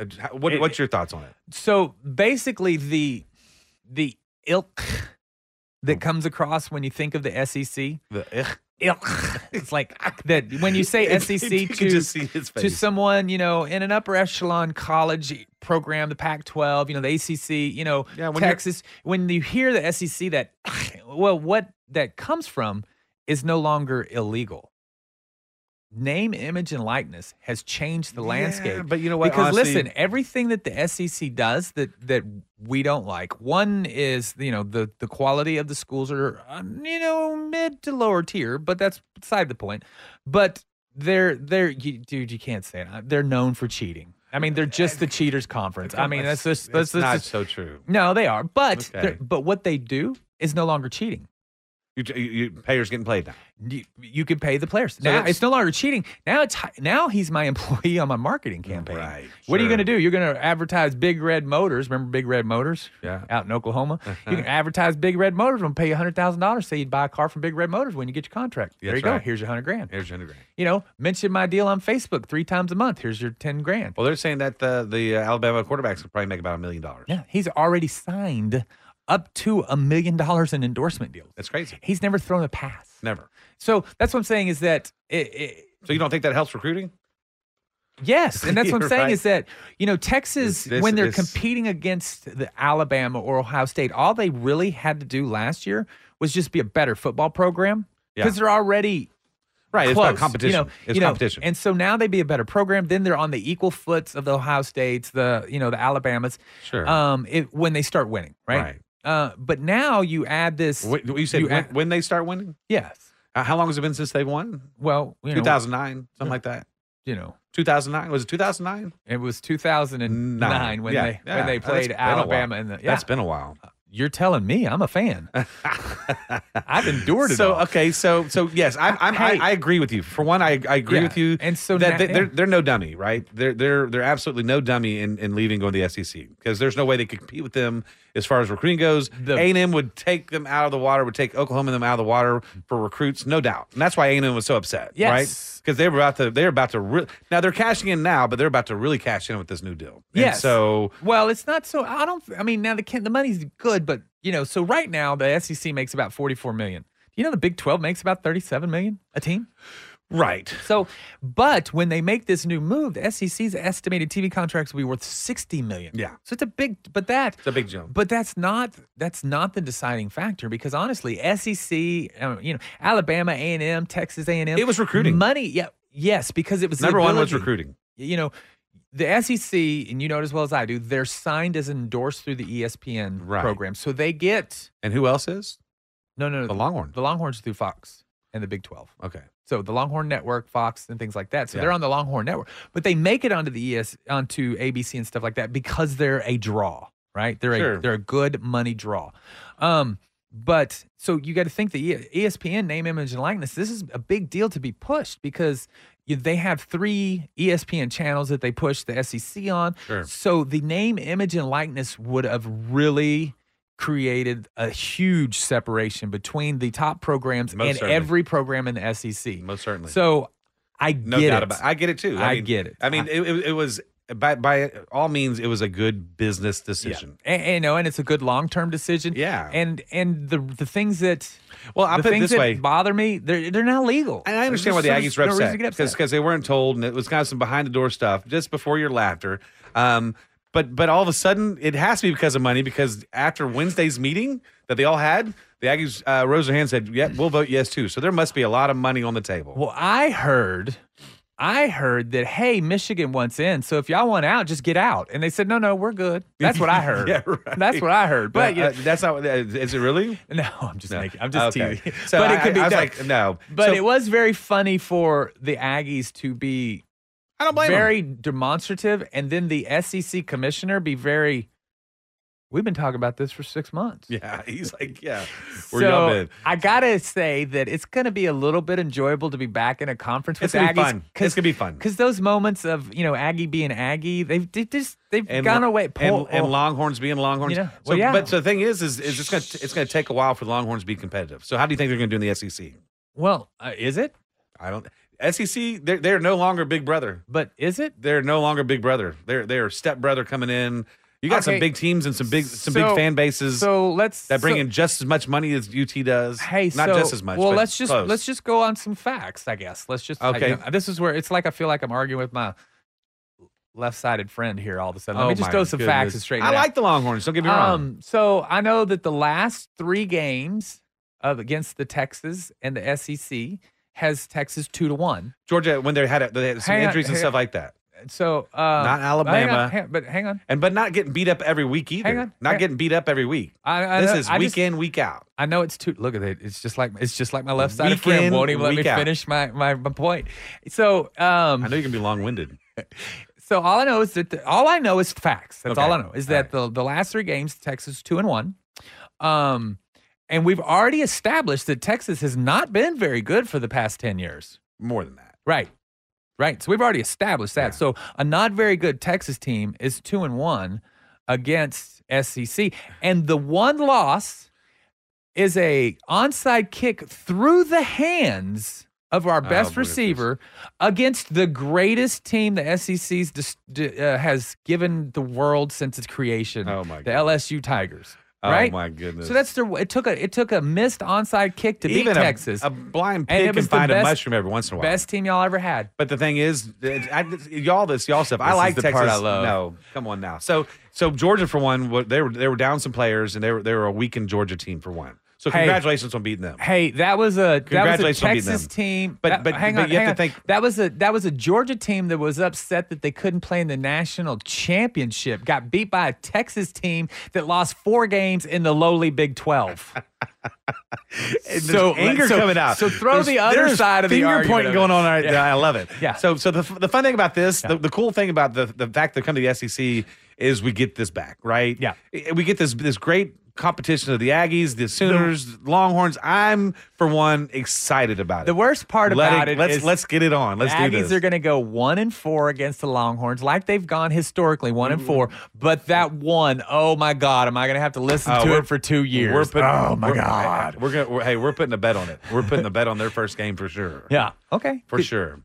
Speaker 2: Uh, how- What,
Speaker 1: It-
Speaker 2: what's your thoughts on it?
Speaker 1: so basically the the ilk
Speaker 2: Oh.
Speaker 1: that comes across when you think of the SEC.
Speaker 2: The,
Speaker 1: Ilk. It's like that when you say SEC
Speaker 2: you
Speaker 1: to
Speaker 2: can just see his
Speaker 1: to
Speaker 2: face.
Speaker 1: someone, you know, in an upper echelon college program, the Pac 12, you know, the ACC, you know,
Speaker 2: Yeah, when you're-
Speaker 1: Texas, when you hear the SEC, that, well, what that comes from is no longer illegal. Name, image, and likeness has changed the
Speaker 2: Yeah,
Speaker 1: landscape.
Speaker 2: but you know what,
Speaker 1: Because
Speaker 2: honestly-
Speaker 1: listen, everything that the SEC does that that we don't like. One is you know the the quality of the schools are um, you know mid to lower tier, but that's beside the point. But they're they're you, dude, you can't say it. Uh, They're known for cheating. I mean, they're just the cheaters conference. I mean, that's just that's,
Speaker 2: It's not
Speaker 1: that's just,
Speaker 2: so true.
Speaker 1: no, they are. But
Speaker 2: Okay.
Speaker 1: they're- but what they do is no longer cheating.
Speaker 2: You, you, you players getting played now.
Speaker 1: You, you can pay the players. now
Speaker 2: that's-
Speaker 1: it's no longer cheating. Now it's hi- now he's my employee on my marketing campaign.
Speaker 2: Right,
Speaker 1: What are you
Speaker 2: sure.
Speaker 1: going to do? You're going to advertise Big Red Motors. Remember Big Red Motors?
Speaker 2: Yeah. Uh-huh.
Speaker 1: Out in Oklahoma, you can advertise Big Red Motors. I'm going to pay you hundred thousand dollars. Say you'd buy a car from Big Red Motors when you get your contract. there
Speaker 2: That's
Speaker 1: you
Speaker 2: right.
Speaker 1: go. Here's your hundred grand.
Speaker 2: Here's your underground.
Speaker 1: You know, mention my deal on Facebook three times a month. Here's your ten grand.
Speaker 2: Well, they're saying that the the uh, Alabama quarterbacks could probably make about a million dollars.
Speaker 1: Yeah, he's already signed up to a million dollars in endorsement deals.
Speaker 2: That's crazy.
Speaker 1: He's never thrown a pass.
Speaker 2: Never.
Speaker 1: So that's what I'm saying is that it, it,
Speaker 2: So you don't think that helps recruiting?
Speaker 1: Yes, and that's what I'm
Speaker 2: You're
Speaker 1: saying
Speaker 2: right.
Speaker 1: is that you know Texas
Speaker 2: It's- this-
Speaker 1: when they're
Speaker 2: this-
Speaker 1: competing against the Alabama or Ohio State, all they really had to do last year was just be a better football program
Speaker 2: Yeah.
Speaker 1: because they're already
Speaker 2: Right. It's
Speaker 1: close,
Speaker 2: about competition.
Speaker 1: You know,
Speaker 2: it's
Speaker 1: you know,
Speaker 2: competition.
Speaker 1: and so now they'd be a better program. Then they're on the equal foots of the Ohio States, the you know the Alabamas.
Speaker 2: Sure.
Speaker 1: Um, it, when they start winning, right? Uh, but now you add this.
Speaker 2: Wh- you said
Speaker 1: you
Speaker 2: when,
Speaker 1: add-
Speaker 2: when they start winning?
Speaker 1: yes.
Speaker 2: Uh, How long has it been since they've won?
Speaker 1: Well, you know,
Speaker 2: 2009, something like that.
Speaker 1: you know,
Speaker 2: 2009 was it 2009?
Speaker 1: it was 2009
Speaker 2: Nine.
Speaker 1: when
Speaker 2: Yeah,
Speaker 1: they
Speaker 2: yeah.
Speaker 1: when they
Speaker 2: That's
Speaker 1: played
Speaker 2: been a while.
Speaker 1: Alabama in the yeah.
Speaker 2: That's been a while.
Speaker 1: You're telling me I'm a fan. I've endured it
Speaker 2: So
Speaker 1: all.
Speaker 2: okay, so so yes, I'm, I'm
Speaker 1: Hey.
Speaker 2: I, I agree with you. For one, I, I agree
Speaker 1: Yeah.
Speaker 2: with you,
Speaker 1: And so
Speaker 2: that
Speaker 1: na-
Speaker 2: they, they're
Speaker 1: yeah.
Speaker 2: they're no dummy, right? They're they're they're absolutely no dummy in, in leaving going to the SEC because there's no way they could compete with them as far as recruiting goes.
Speaker 1: The-
Speaker 2: A and M would take them out of the water, would take Oklahoma and them out of the water for recruits, no doubt, and that's why A and M was so upset,
Speaker 1: Yes.
Speaker 2: right? Because they were about to they're about to re- now they're cashing in now, but they're about to really cash in with this new deal. And
Speaker 1: Yes.
Speaker 2: so
Speaker 1: Well, it's not so. I don't. I mean, now the can, the money's good, but you know, so right now the SEC makes about forty four million. You know, the Big Twelve makes about thirty seven million a team.
Speaker 2: right,
Speaker 1: So, but when they make this new move, the SEC's estimated TV contracts will be worth sixty million.
Speaker 2: Yeah.
Speaker 1: So it's a big, but that
Speaker 2: it's a big jump.
Speaker 1: But that's not that's not the deciding factor because honestly, SEC, um, you know, Alabama, A and M, Texas A and M,
Speaker 2: It was recruiting.
Speaker 1: money. Yeah, yes, because it was the
Speaker 2: Number one was
Speaker 1: ability.
Speaker 2: recruiting.
Speaker 1: You know, the SEC, and you know it as well as I do, they're signed as endorsed through the E ESPN
Speaker 2: Right.
Speaker 1: program, so they get
Speaker 2: And who else is?
Speaker 1: no, no, no,
Speaker 2: The Longhorn.
Speaker 1: the Longhorns through Fox and the Big Twelve.
Speaker 2: Okay.
Speaker 1: So the Longhorn Network, Fox, and things like that. So
Speaker 2: Yeah.
Speaker 1: they're on the Longhorn Network, but they make it onto the ES, onto ABC and stuff like that because they're a draw, right? They're
Speaker 2: Sure.
Speaker 1: a they're a good money draw. Um, but so you got to think the E- ESPN name, image, and likeness. This is a big deal to be pushed because you, they have three E ESPN channels that they push the SEC on.
Speaker 2: Sure.
Speaker 1: So the name, image, and likeness would have really created a huge separation between the top programs
Speaker 2: Most
Speaker 1: and
Speaker 2: certainly.
Speaker 1: every program in the SEC.
Speaker 2: Most certainly.
Speaker 1: So I
Speaker 2: No
Speaker 1: get
Speaker 2: doubt
Speaker 1: it.
Speaker 2: about. I get it too.
Speaker 1: I
Speaker 2: mean-
Speaker 1: get it.
Speaker 2: I mean,
Speaker 1: I-
Speaker 2: it, it, it was by by all means, it was a good business
Speaker 1: yeah.
Speaker 2: decision.
Speaker 1: And, and, you know, and it's a good long term decision.
Speaker 2: Yeah.
Speaker 1: And and the the things that
Speaker 2: Well, I
Speaker 1: the
Speaker 2: put it
Speaker 1: things
Speaker 2: this
Speaker 1: that
Speaker 2: way.
Speaker 1: bother me, they're they're not legal.
Speaker 2: And I understand
Speaker 1: There's-
Speaker 2: why the
Speaker 1: there's
Speaker 2: Aggies were
Speaker 1: no reason
Speaker 2: upset
Speaker 1: to get upset.
Speaker 2: because they weren't told, and it was kind of some behind the door stuff just before your laughter. Um, but but all of a sudden, it has to be because of money. Because after Wednesday's meeting that they all had, the Aggies uh, rose their hand and said, "Yeah, we'll vote yes too." So there must be a lot of money on the table.
Speaker 1: Well, I heard, I heard that hey, Michigan wants in, so if y'all want out, just get out. And they said, no, no, we're good. That's what I heard.
Speaker 2: Yeah, right.
Speaker 1: That's what I heard. But,
Speaker 2: but
Speaker 1: you
Speaker 2: uh, that's not. Uh, is it really?
Speaker 1: no, I'm just
Speaker 2: No.
Speaker 1: making. I'm just
Speaker 2: Okay.
Speaker 1: teasing.
Speaker 2: So
Speaker 1: but
Speaker 2: I-
Speaker 1: it could be
Speaker 2: I was
Speaker 1: no.
Speaker 2: like, no.
Speaker 1: But
Speaker 2: So-
Speaker 1: it was very funny for the Aggies to be
Speaker 2: I don't blame 'em.
Speaker 1: very demonstrative, and then the SEC commissioner be very. We've been talking about this for six months.
Speaker 2: Yeah, he's like, yeah, we're
Speaker 1: so
Speaker 2: y'all been.
Speaker 1: I gotta say that it's gonna be a little bit enjoyable to be back in a conference
Speaker 2: It's
Speaker 1: with
Speaker 2: gonna be
Speaker 1: Aggies,
Speaker 2: fun. It's gonna be fun.
Speaker 1: because those moments of you know Aggie being Aggie, they've they just they've
Speaker 2: And-
Speaker 1: gone away. Paul-
Speaker 2: and, and Longhorns being Longhorns.
Speaker 1: You know,
Speaker 2: so,
Speaker 1: well, yeah.
Speaker 2: But so the thing is, is, is it's gonna it's gonna take a while for the Longhorns to be competitive. So how do you think they're gonna do in the SEC?
Speaker 1: well, uh, is it?
Speaker 2: I don't. SEC, they're they're no longer Big Brother.
Speaker 1: But is it?
Speaker 2: They're no longer Big Brother. They're they're step brother coming in. You got some
Speaker 1: Okay.
Speaker 2: big teams and some big some
Speaker 1: So-
Speaker 2: big fan bases
Speaker 1: So let's
Speaker 2: that bring
Speaker 1: so-
Speaker 2: in just as much money as UT does.
Speaker 1: Hey,
Speaker 2: not
Speaker 1: so-
Speaker 2: just as much.
Speaker 1: Well,
Speaker 2: but
Speaker 1: let's just
Speaker 2: close.
Speaker 1: let's just go on some facts, I guess. Let's just I-
Speaker 2: Okay.
Speaker 1: you know, this is where it's like I feel like I'm arguing with my left-sided friend here. All of a sudden, let
Speaker 2: Oh
Speaker 1: me just
Speaker 2: my
Speaker 1: throw some
Speaker 2: goodness.
Speaker 1: facts and straighten.
Speaker 2: I
Speaker 1: it out.
Speaker 2: like the Longhorns. Don't get me wrong.
Speaker 1: Um, so I know that the last three games of against the Texas and the SEC has Texas two to one.
Speaker 2: Georgia, when they had, a, they had some
Speaker 1: hang on,
Speaker 2: injuries and
Speaker 1: hang-
Speaker 2: stuff like that.
Speaker 1: And So uh,
Speaker 2: Not Alabama.
Speaker 1: but hang on.
Speaker 2: and but not getting beat up every week either.
Speaker 1: Hang on,
Speaker 2: not
Speaker 1: hang-
Speaker 2: getting beat up every week.
Speaker 1: I, I,
Speaker 2: this
Speaker 1: know-
Speaker 2: is
Speaker 1: I
Speaker 2: week
Speaker 1: just-
Speaker 2: in, week out.
Speaker 1: I know it's too. Look at it. It's just like it's just like my left sided friend
Speaker 2: Weekend,
Speaker 1: won't even let me
Speaker 2: week out.
Speaker 1: finish my, my my point. So
Speaker 2: I
Speaker 1: um,
Speaker 2: know you can be long winded.
Speaker 1: so all I know is that the, all I know is facts. That's
Speaker 2: Okay.
Speaker 1: all I know is that the the last three games Texas two and one. Um, and we've already established that Texas has not been very good for the past ten years.
Speaker 2: More than that.
Speaker 1: Right. Right. So we've already established that. So a not very good Texas team is two and one against SEC. And the one loss is a onside kick through the hands of our best
Speaker 2: Oh, boy, this is-
Speaker 1: receiver against the greatest team the SEC's dis- d- uh, has given the world since its creation.
Speaker 2: Oh, my
Speaker 1: The
Speaker 2: goodness.
Speaker 1: LSU Tigers.
Speaker 2: Oh
Speaker 1: right?
Speaker 2: my goodness.
Speaker 1: So that's their. It took a it took a missed onside kick to
Speaker 2: even
Speaker 1: beat
Speaker 2: a,
Speaker 1: Texas.
Speaker 2: A blind
Speaker 1: And it
Speaker 2: pig can
Speaker 1: was the
Speaker 2: find a
Speaker 1: best-
Speaker 2: mushroom every once in a while.
Speaker 1: best team y'all ever had.
Speaker 2: But the thing is, it- I, y'all this y'all stuff. I
Speaker 1: This is
Speaker 2: like
Speaker 1: the
Speaker 2: Texas.
Speaker 1: part I love.
Speaker 2: No, come on now. So so Georgia for one, wa- they were they were down some players, and they were they were a weakened Georgia team for one. So
Speaker 1: Hey.
Speaker 2: congratulations on beating them.
Speaker 1: Hey, that was a that was a
Speaker 2: Congratulations on beating
Speaker 1: Texas
Speaker 2: them.
Speaker 1: team.
Speaker 2: But-
Speaker 1: that-
Speaker 2: but-
Speaker 1: hang
Speaker 2: but
Speaker 1: on,
Speaker 2: you have
Speaker 1: hang
Speaker 2: to
Speaker 1: on.
Speaker 2: think-
Speaker 1: that was a that was a Georgia team that was upset that they couldn't play in the national championship. Got beat by a Texas team that lost four games in the lowly Big Twelve.
Speaker 2: There's
Speaker 1: so-
Speaker 2: anger
Speaker 1: so-
Speaker 2: coming out.
Speaker 1: so throw the other
Speaker 2: there's
Speaker 1: side of the
Speaker 2: finger
Speaker 1: argument
Speaker 2: point
Speaker 1: of
Speaker 2: going
Speaker 1: it.
Speaker 2: on. Right
Speaker 1: Yeah.
Speaker 2: now. I love it.
Speaker 1: Yeah.
Speaker 2: So so the, f- the fun thing about this, the, the cool thing about the the fact that come to the SEC is we get this back, right?
Speaker 1: Yeah.
Speaker 2: I- We get this this great competition of the Aggies, the Sooners, Longhorns. I'm for one excited about it.
Speaker 1: The worst part
Speaker 2: Let
Speaker 1: about
Speaker 2: it,
Speaker 1: it
Speaker 2: let's
Speaker 1: is
Speaker 2: let's get it on. Let's
Speaker 1: the
Speaker 2: do
Speaker 1: Aggies
Speaker 2: this.
Speaker 1: are going to go one and four against the Longhorns, like they've gone historically one and
Speaker 2: Mm.
Speaker 1: four. But that one, oh my God, am I going to have to listen
Speaker 2: Oh,
Speaker 1: to
Speaker 2: we're-
Speaker 1: it for two years?
Speaker 2: We're putting,
Speaker 1: oh my
Speaker 2: we're-
Speaker 1: God.
Speaker 2: We're gonna we're, hey, we're putting a bet on it. We're putting a bet on their first game for sure.
Speaker 1: yeah. Okay.
Speaker 2: for sure.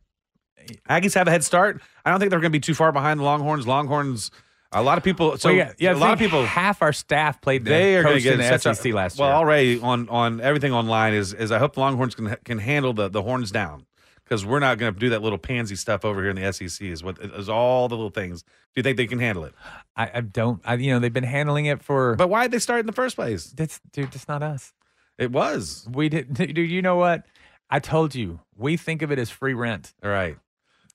Speaker 2: Aggies have a head start. I don't think they're going to be too far behind the Longhorns. Longhorns, a lot of people. So
Speaker 1: Well, yeah, yeah,
Speaker 2: a lot of
Speaker 1: think
Speaker 2: people.
Speaker 1: Half our staff played. the
Speaker 2: They are going to
Speaker 1: coached
Speaker 2: get
Speaker 1: in the
Speaker 2: such a-
Speaker 1: SEC E last
Speaker 2: well
Speaker 1: year.
Speaker 2: already on on everything online is is I hope the Longhorns can can handle the the horns down because we're not going to do that little pansy stuff over here in the SEC. Is what is all the little things. Do you think they can handle it?
Speaker 1: I, I don't. I, you know, they've been handling it for.
Speaker 2: But why did they start in the first place?
Speaker 1: that's dude. That's not us.
Speaker 2: It was
Speaker 1: We didn't. Dude, you know what? I told you. We think of it as free rent.
Speaker 2: all right.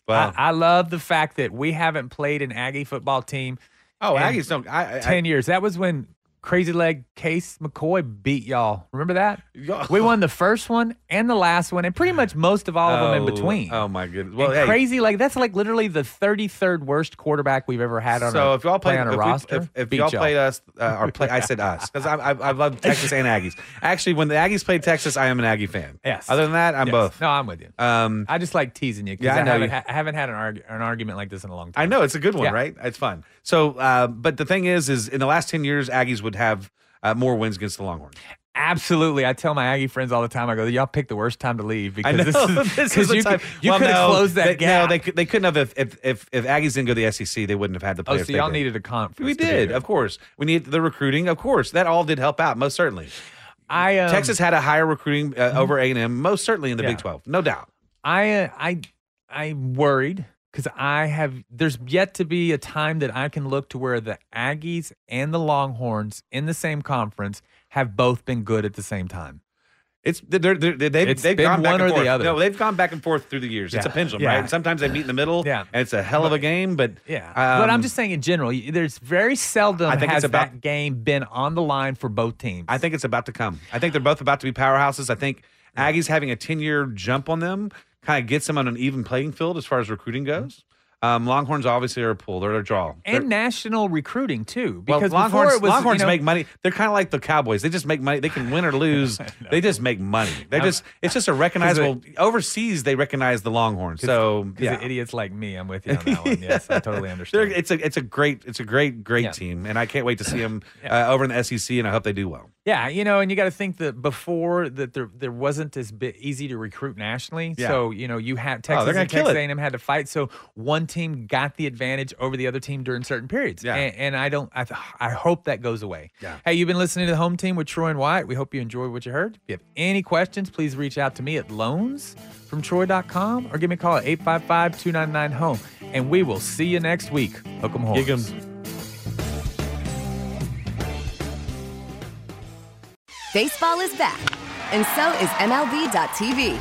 Speaker 2: Well,
Speaker 1: I, I love the fact that we haven't played an Aggie football team
Speaker 2: oh
Speaker 1: and
Speaker 2: Aggies don't. I, I,
Speaker 1: ten years. That was when Crazy Leg Case McCoy beat y'all. Remember that?
Speaker 2: Yeah.
Speaker 1: We won the first one and the last one, and pretty much most of all of them in
Speaker 2: Oh,
Speaker 1: between.
Speaker 2: Oh my goodness.
Speaker 1: And
Speaker 2: Well, hey,
Speaker 1: crazy like that's like literally the 33rd worst quarterback we've ever had on
Speaker 2: so
Speaker 1: our,
Speaker 2: if y'all played
Speaker 1: play on a
Speaker 2: if we-
Speaker 1: roster
Speaker 2: if, if
Speaker 1: beat
Speaker 2: y'all played us uh, or play, I said us because I, I I love Texas and Aggies. Actually, when the Aggies played Texas, I am an Aggie fan.
Speaker 1: Yes.
Speaker 2: Other than that, I'm
Speaker 1: Yes.
Speaker 2: both.
Speaker 1: no i'm with you
Speaker 2: Um,
Speaker 1: i just like teasing you because
Speaker 2: Yeah, I
Speaker 1: I,
Speaker 2: know
Speaker 1: haven't,
Speaker 2: you.
Speaker 1: ha- I haven't had an, arg- an argument like this in a long time
Speaker 2: I know it's a good one,
Speaker 1: Yeah.
Speaker 2: right? It's fun. So, uh, but the thing is, is in the last ten years, Aggies would have uh, more wins against the Longhorns.
Speaker 1: absolutely i tell my aggie friends all the time i go y'all picked the worst time to leave because
Speaker 2: I know
Speaker 1: this is, 'cause
Speaker 2: the
Speaker 1: you,
Speaker 2: time-
Speaker 1: could- you
Speaker 2: Well,
Speaker 1: could have
Speaker 2: no,
Speaker 1: closed that
Speaker 2: they,
Speaker 1: gap
Speaker 2: No, they could- they couldn't have if if if, if Aggies didn't go to the SEC, they wouldn't have had the
Speaker 1: oh
Speaker 2: players.
Speaker 1: so
Speaker 2: they
Speaker 1: y'all
Speaker 2: did.
Speaker 1: needed a conference
Speaker 2: We
Speaker 1: to do
Speaker 2: did,
Speaker 1: that.
Speaker 2: of course. We need the recruiting, of course. That all did help out, most certainly.
Speaker 1: i um, Mm-hmm.
Speaker 2: Texas had a higher recruiting uh, over A and M, most certainly in the Big
Speaker 1: Yeah.
Speaker 2: Twelve, no doubt.
Speaker 1: I uh, I I'm worried because I have there's yet to be a time that I can look to where the Aggies and the Longhorns in the same conference have both been good at the same time.
Speaker 2: It's they're, they're, they they've,
Speaker 1: It's
Speaker 2: they've
Speaker 1: been
Speaker 2: gone back
Speaker 1: one
Speaker 2: and
Speaker 1: or the
Speaker 2: forth.
Speaker 1: other.
Speaker 2: No, they've gone back and forth through the years. It's a
Speaker 1: Yeah.
Speaker 2: pendulum,
Speaker 1: Yeah.
Speaker 2: right? Sometimes they meet in the middle,
Speaker 1: Yeah.
Speaker 2: and it's a hell of a game. But
Speaker 1: Yeah,
Speaker 2: um,
Speaker 1: but I'm just saying in general, y- there's very seldom
Speaker 2: I think it's
Speaker 1: has
Speaker 2: about-
Speaker 1: that game been on the line for both teams.
Speaker 2: I think it's about to come. I think they're both about to be powerhouses. I think Aggies having a ten year jump on them kind of gets them on an even playing field as far as recruiting goes. Um, Longhorns obviously are a pull; they're a draw. They're-
Speaker 1: Mm-hmm. and national recruiting too,
Speaker 2: Well,
Speaker 1: because before
Speaker 2: Longhorns,
Speaker 1: it was
Speaker 2: Longhorns
Speaker 1: you know,
Speaker 2: make money. They're kind of like the Cowboys. They just make money. They can win or lose. They just make money. They
Speaker 1: I'm-
Speaker 2: just it's just a recognizable overseas. They recognize the Longhorns. So
Speaker 1: 'cause
Speaker 2: yeah,
Speaker 1: of idiots like me. I'm with you on that one. Yes, I totally
Speaker 2: They're,
Speaker 1: understand.
Speaker 2: it's a it's a great it's a great great
Speaker 1: Yeah.
Speaker 2: team, and I can't wait to see them uh, over in the SEC, and I hope they do well.
Speaker 1: Yeah, you know, and you got to think that before that there there wasn't as bi- easy to recruit nationally.
Speaker 2: Yeah.
Speaker 1: So
Speaker 2: Oh,
Speaker 1: you know you had Texas
Speaker 2: they're gonna
Speaker 1: and
Speaker 2: kill
Speaker 1: Texas
Speaker 2: it.
Speaker 1: A&M had to fight. So one team got the advantage over the other team during certain periods.
Speaker 2: Yeah.
Speaker 1: and, and I don't. I, th- I hope that goes away.
Speaker 2: Yeah.
Speaker 1: Hey, you've been listening to the Home Team with Troy and Wyatt. We hope you enjoyed what you heard. If you have any questions, please reach out to me at loansfromtroy.com or give me a call at 855-299-HOME. And we will see you next week. Hook 'em horns.
Speaker 6: Baseball is back, and so is MLB.tv.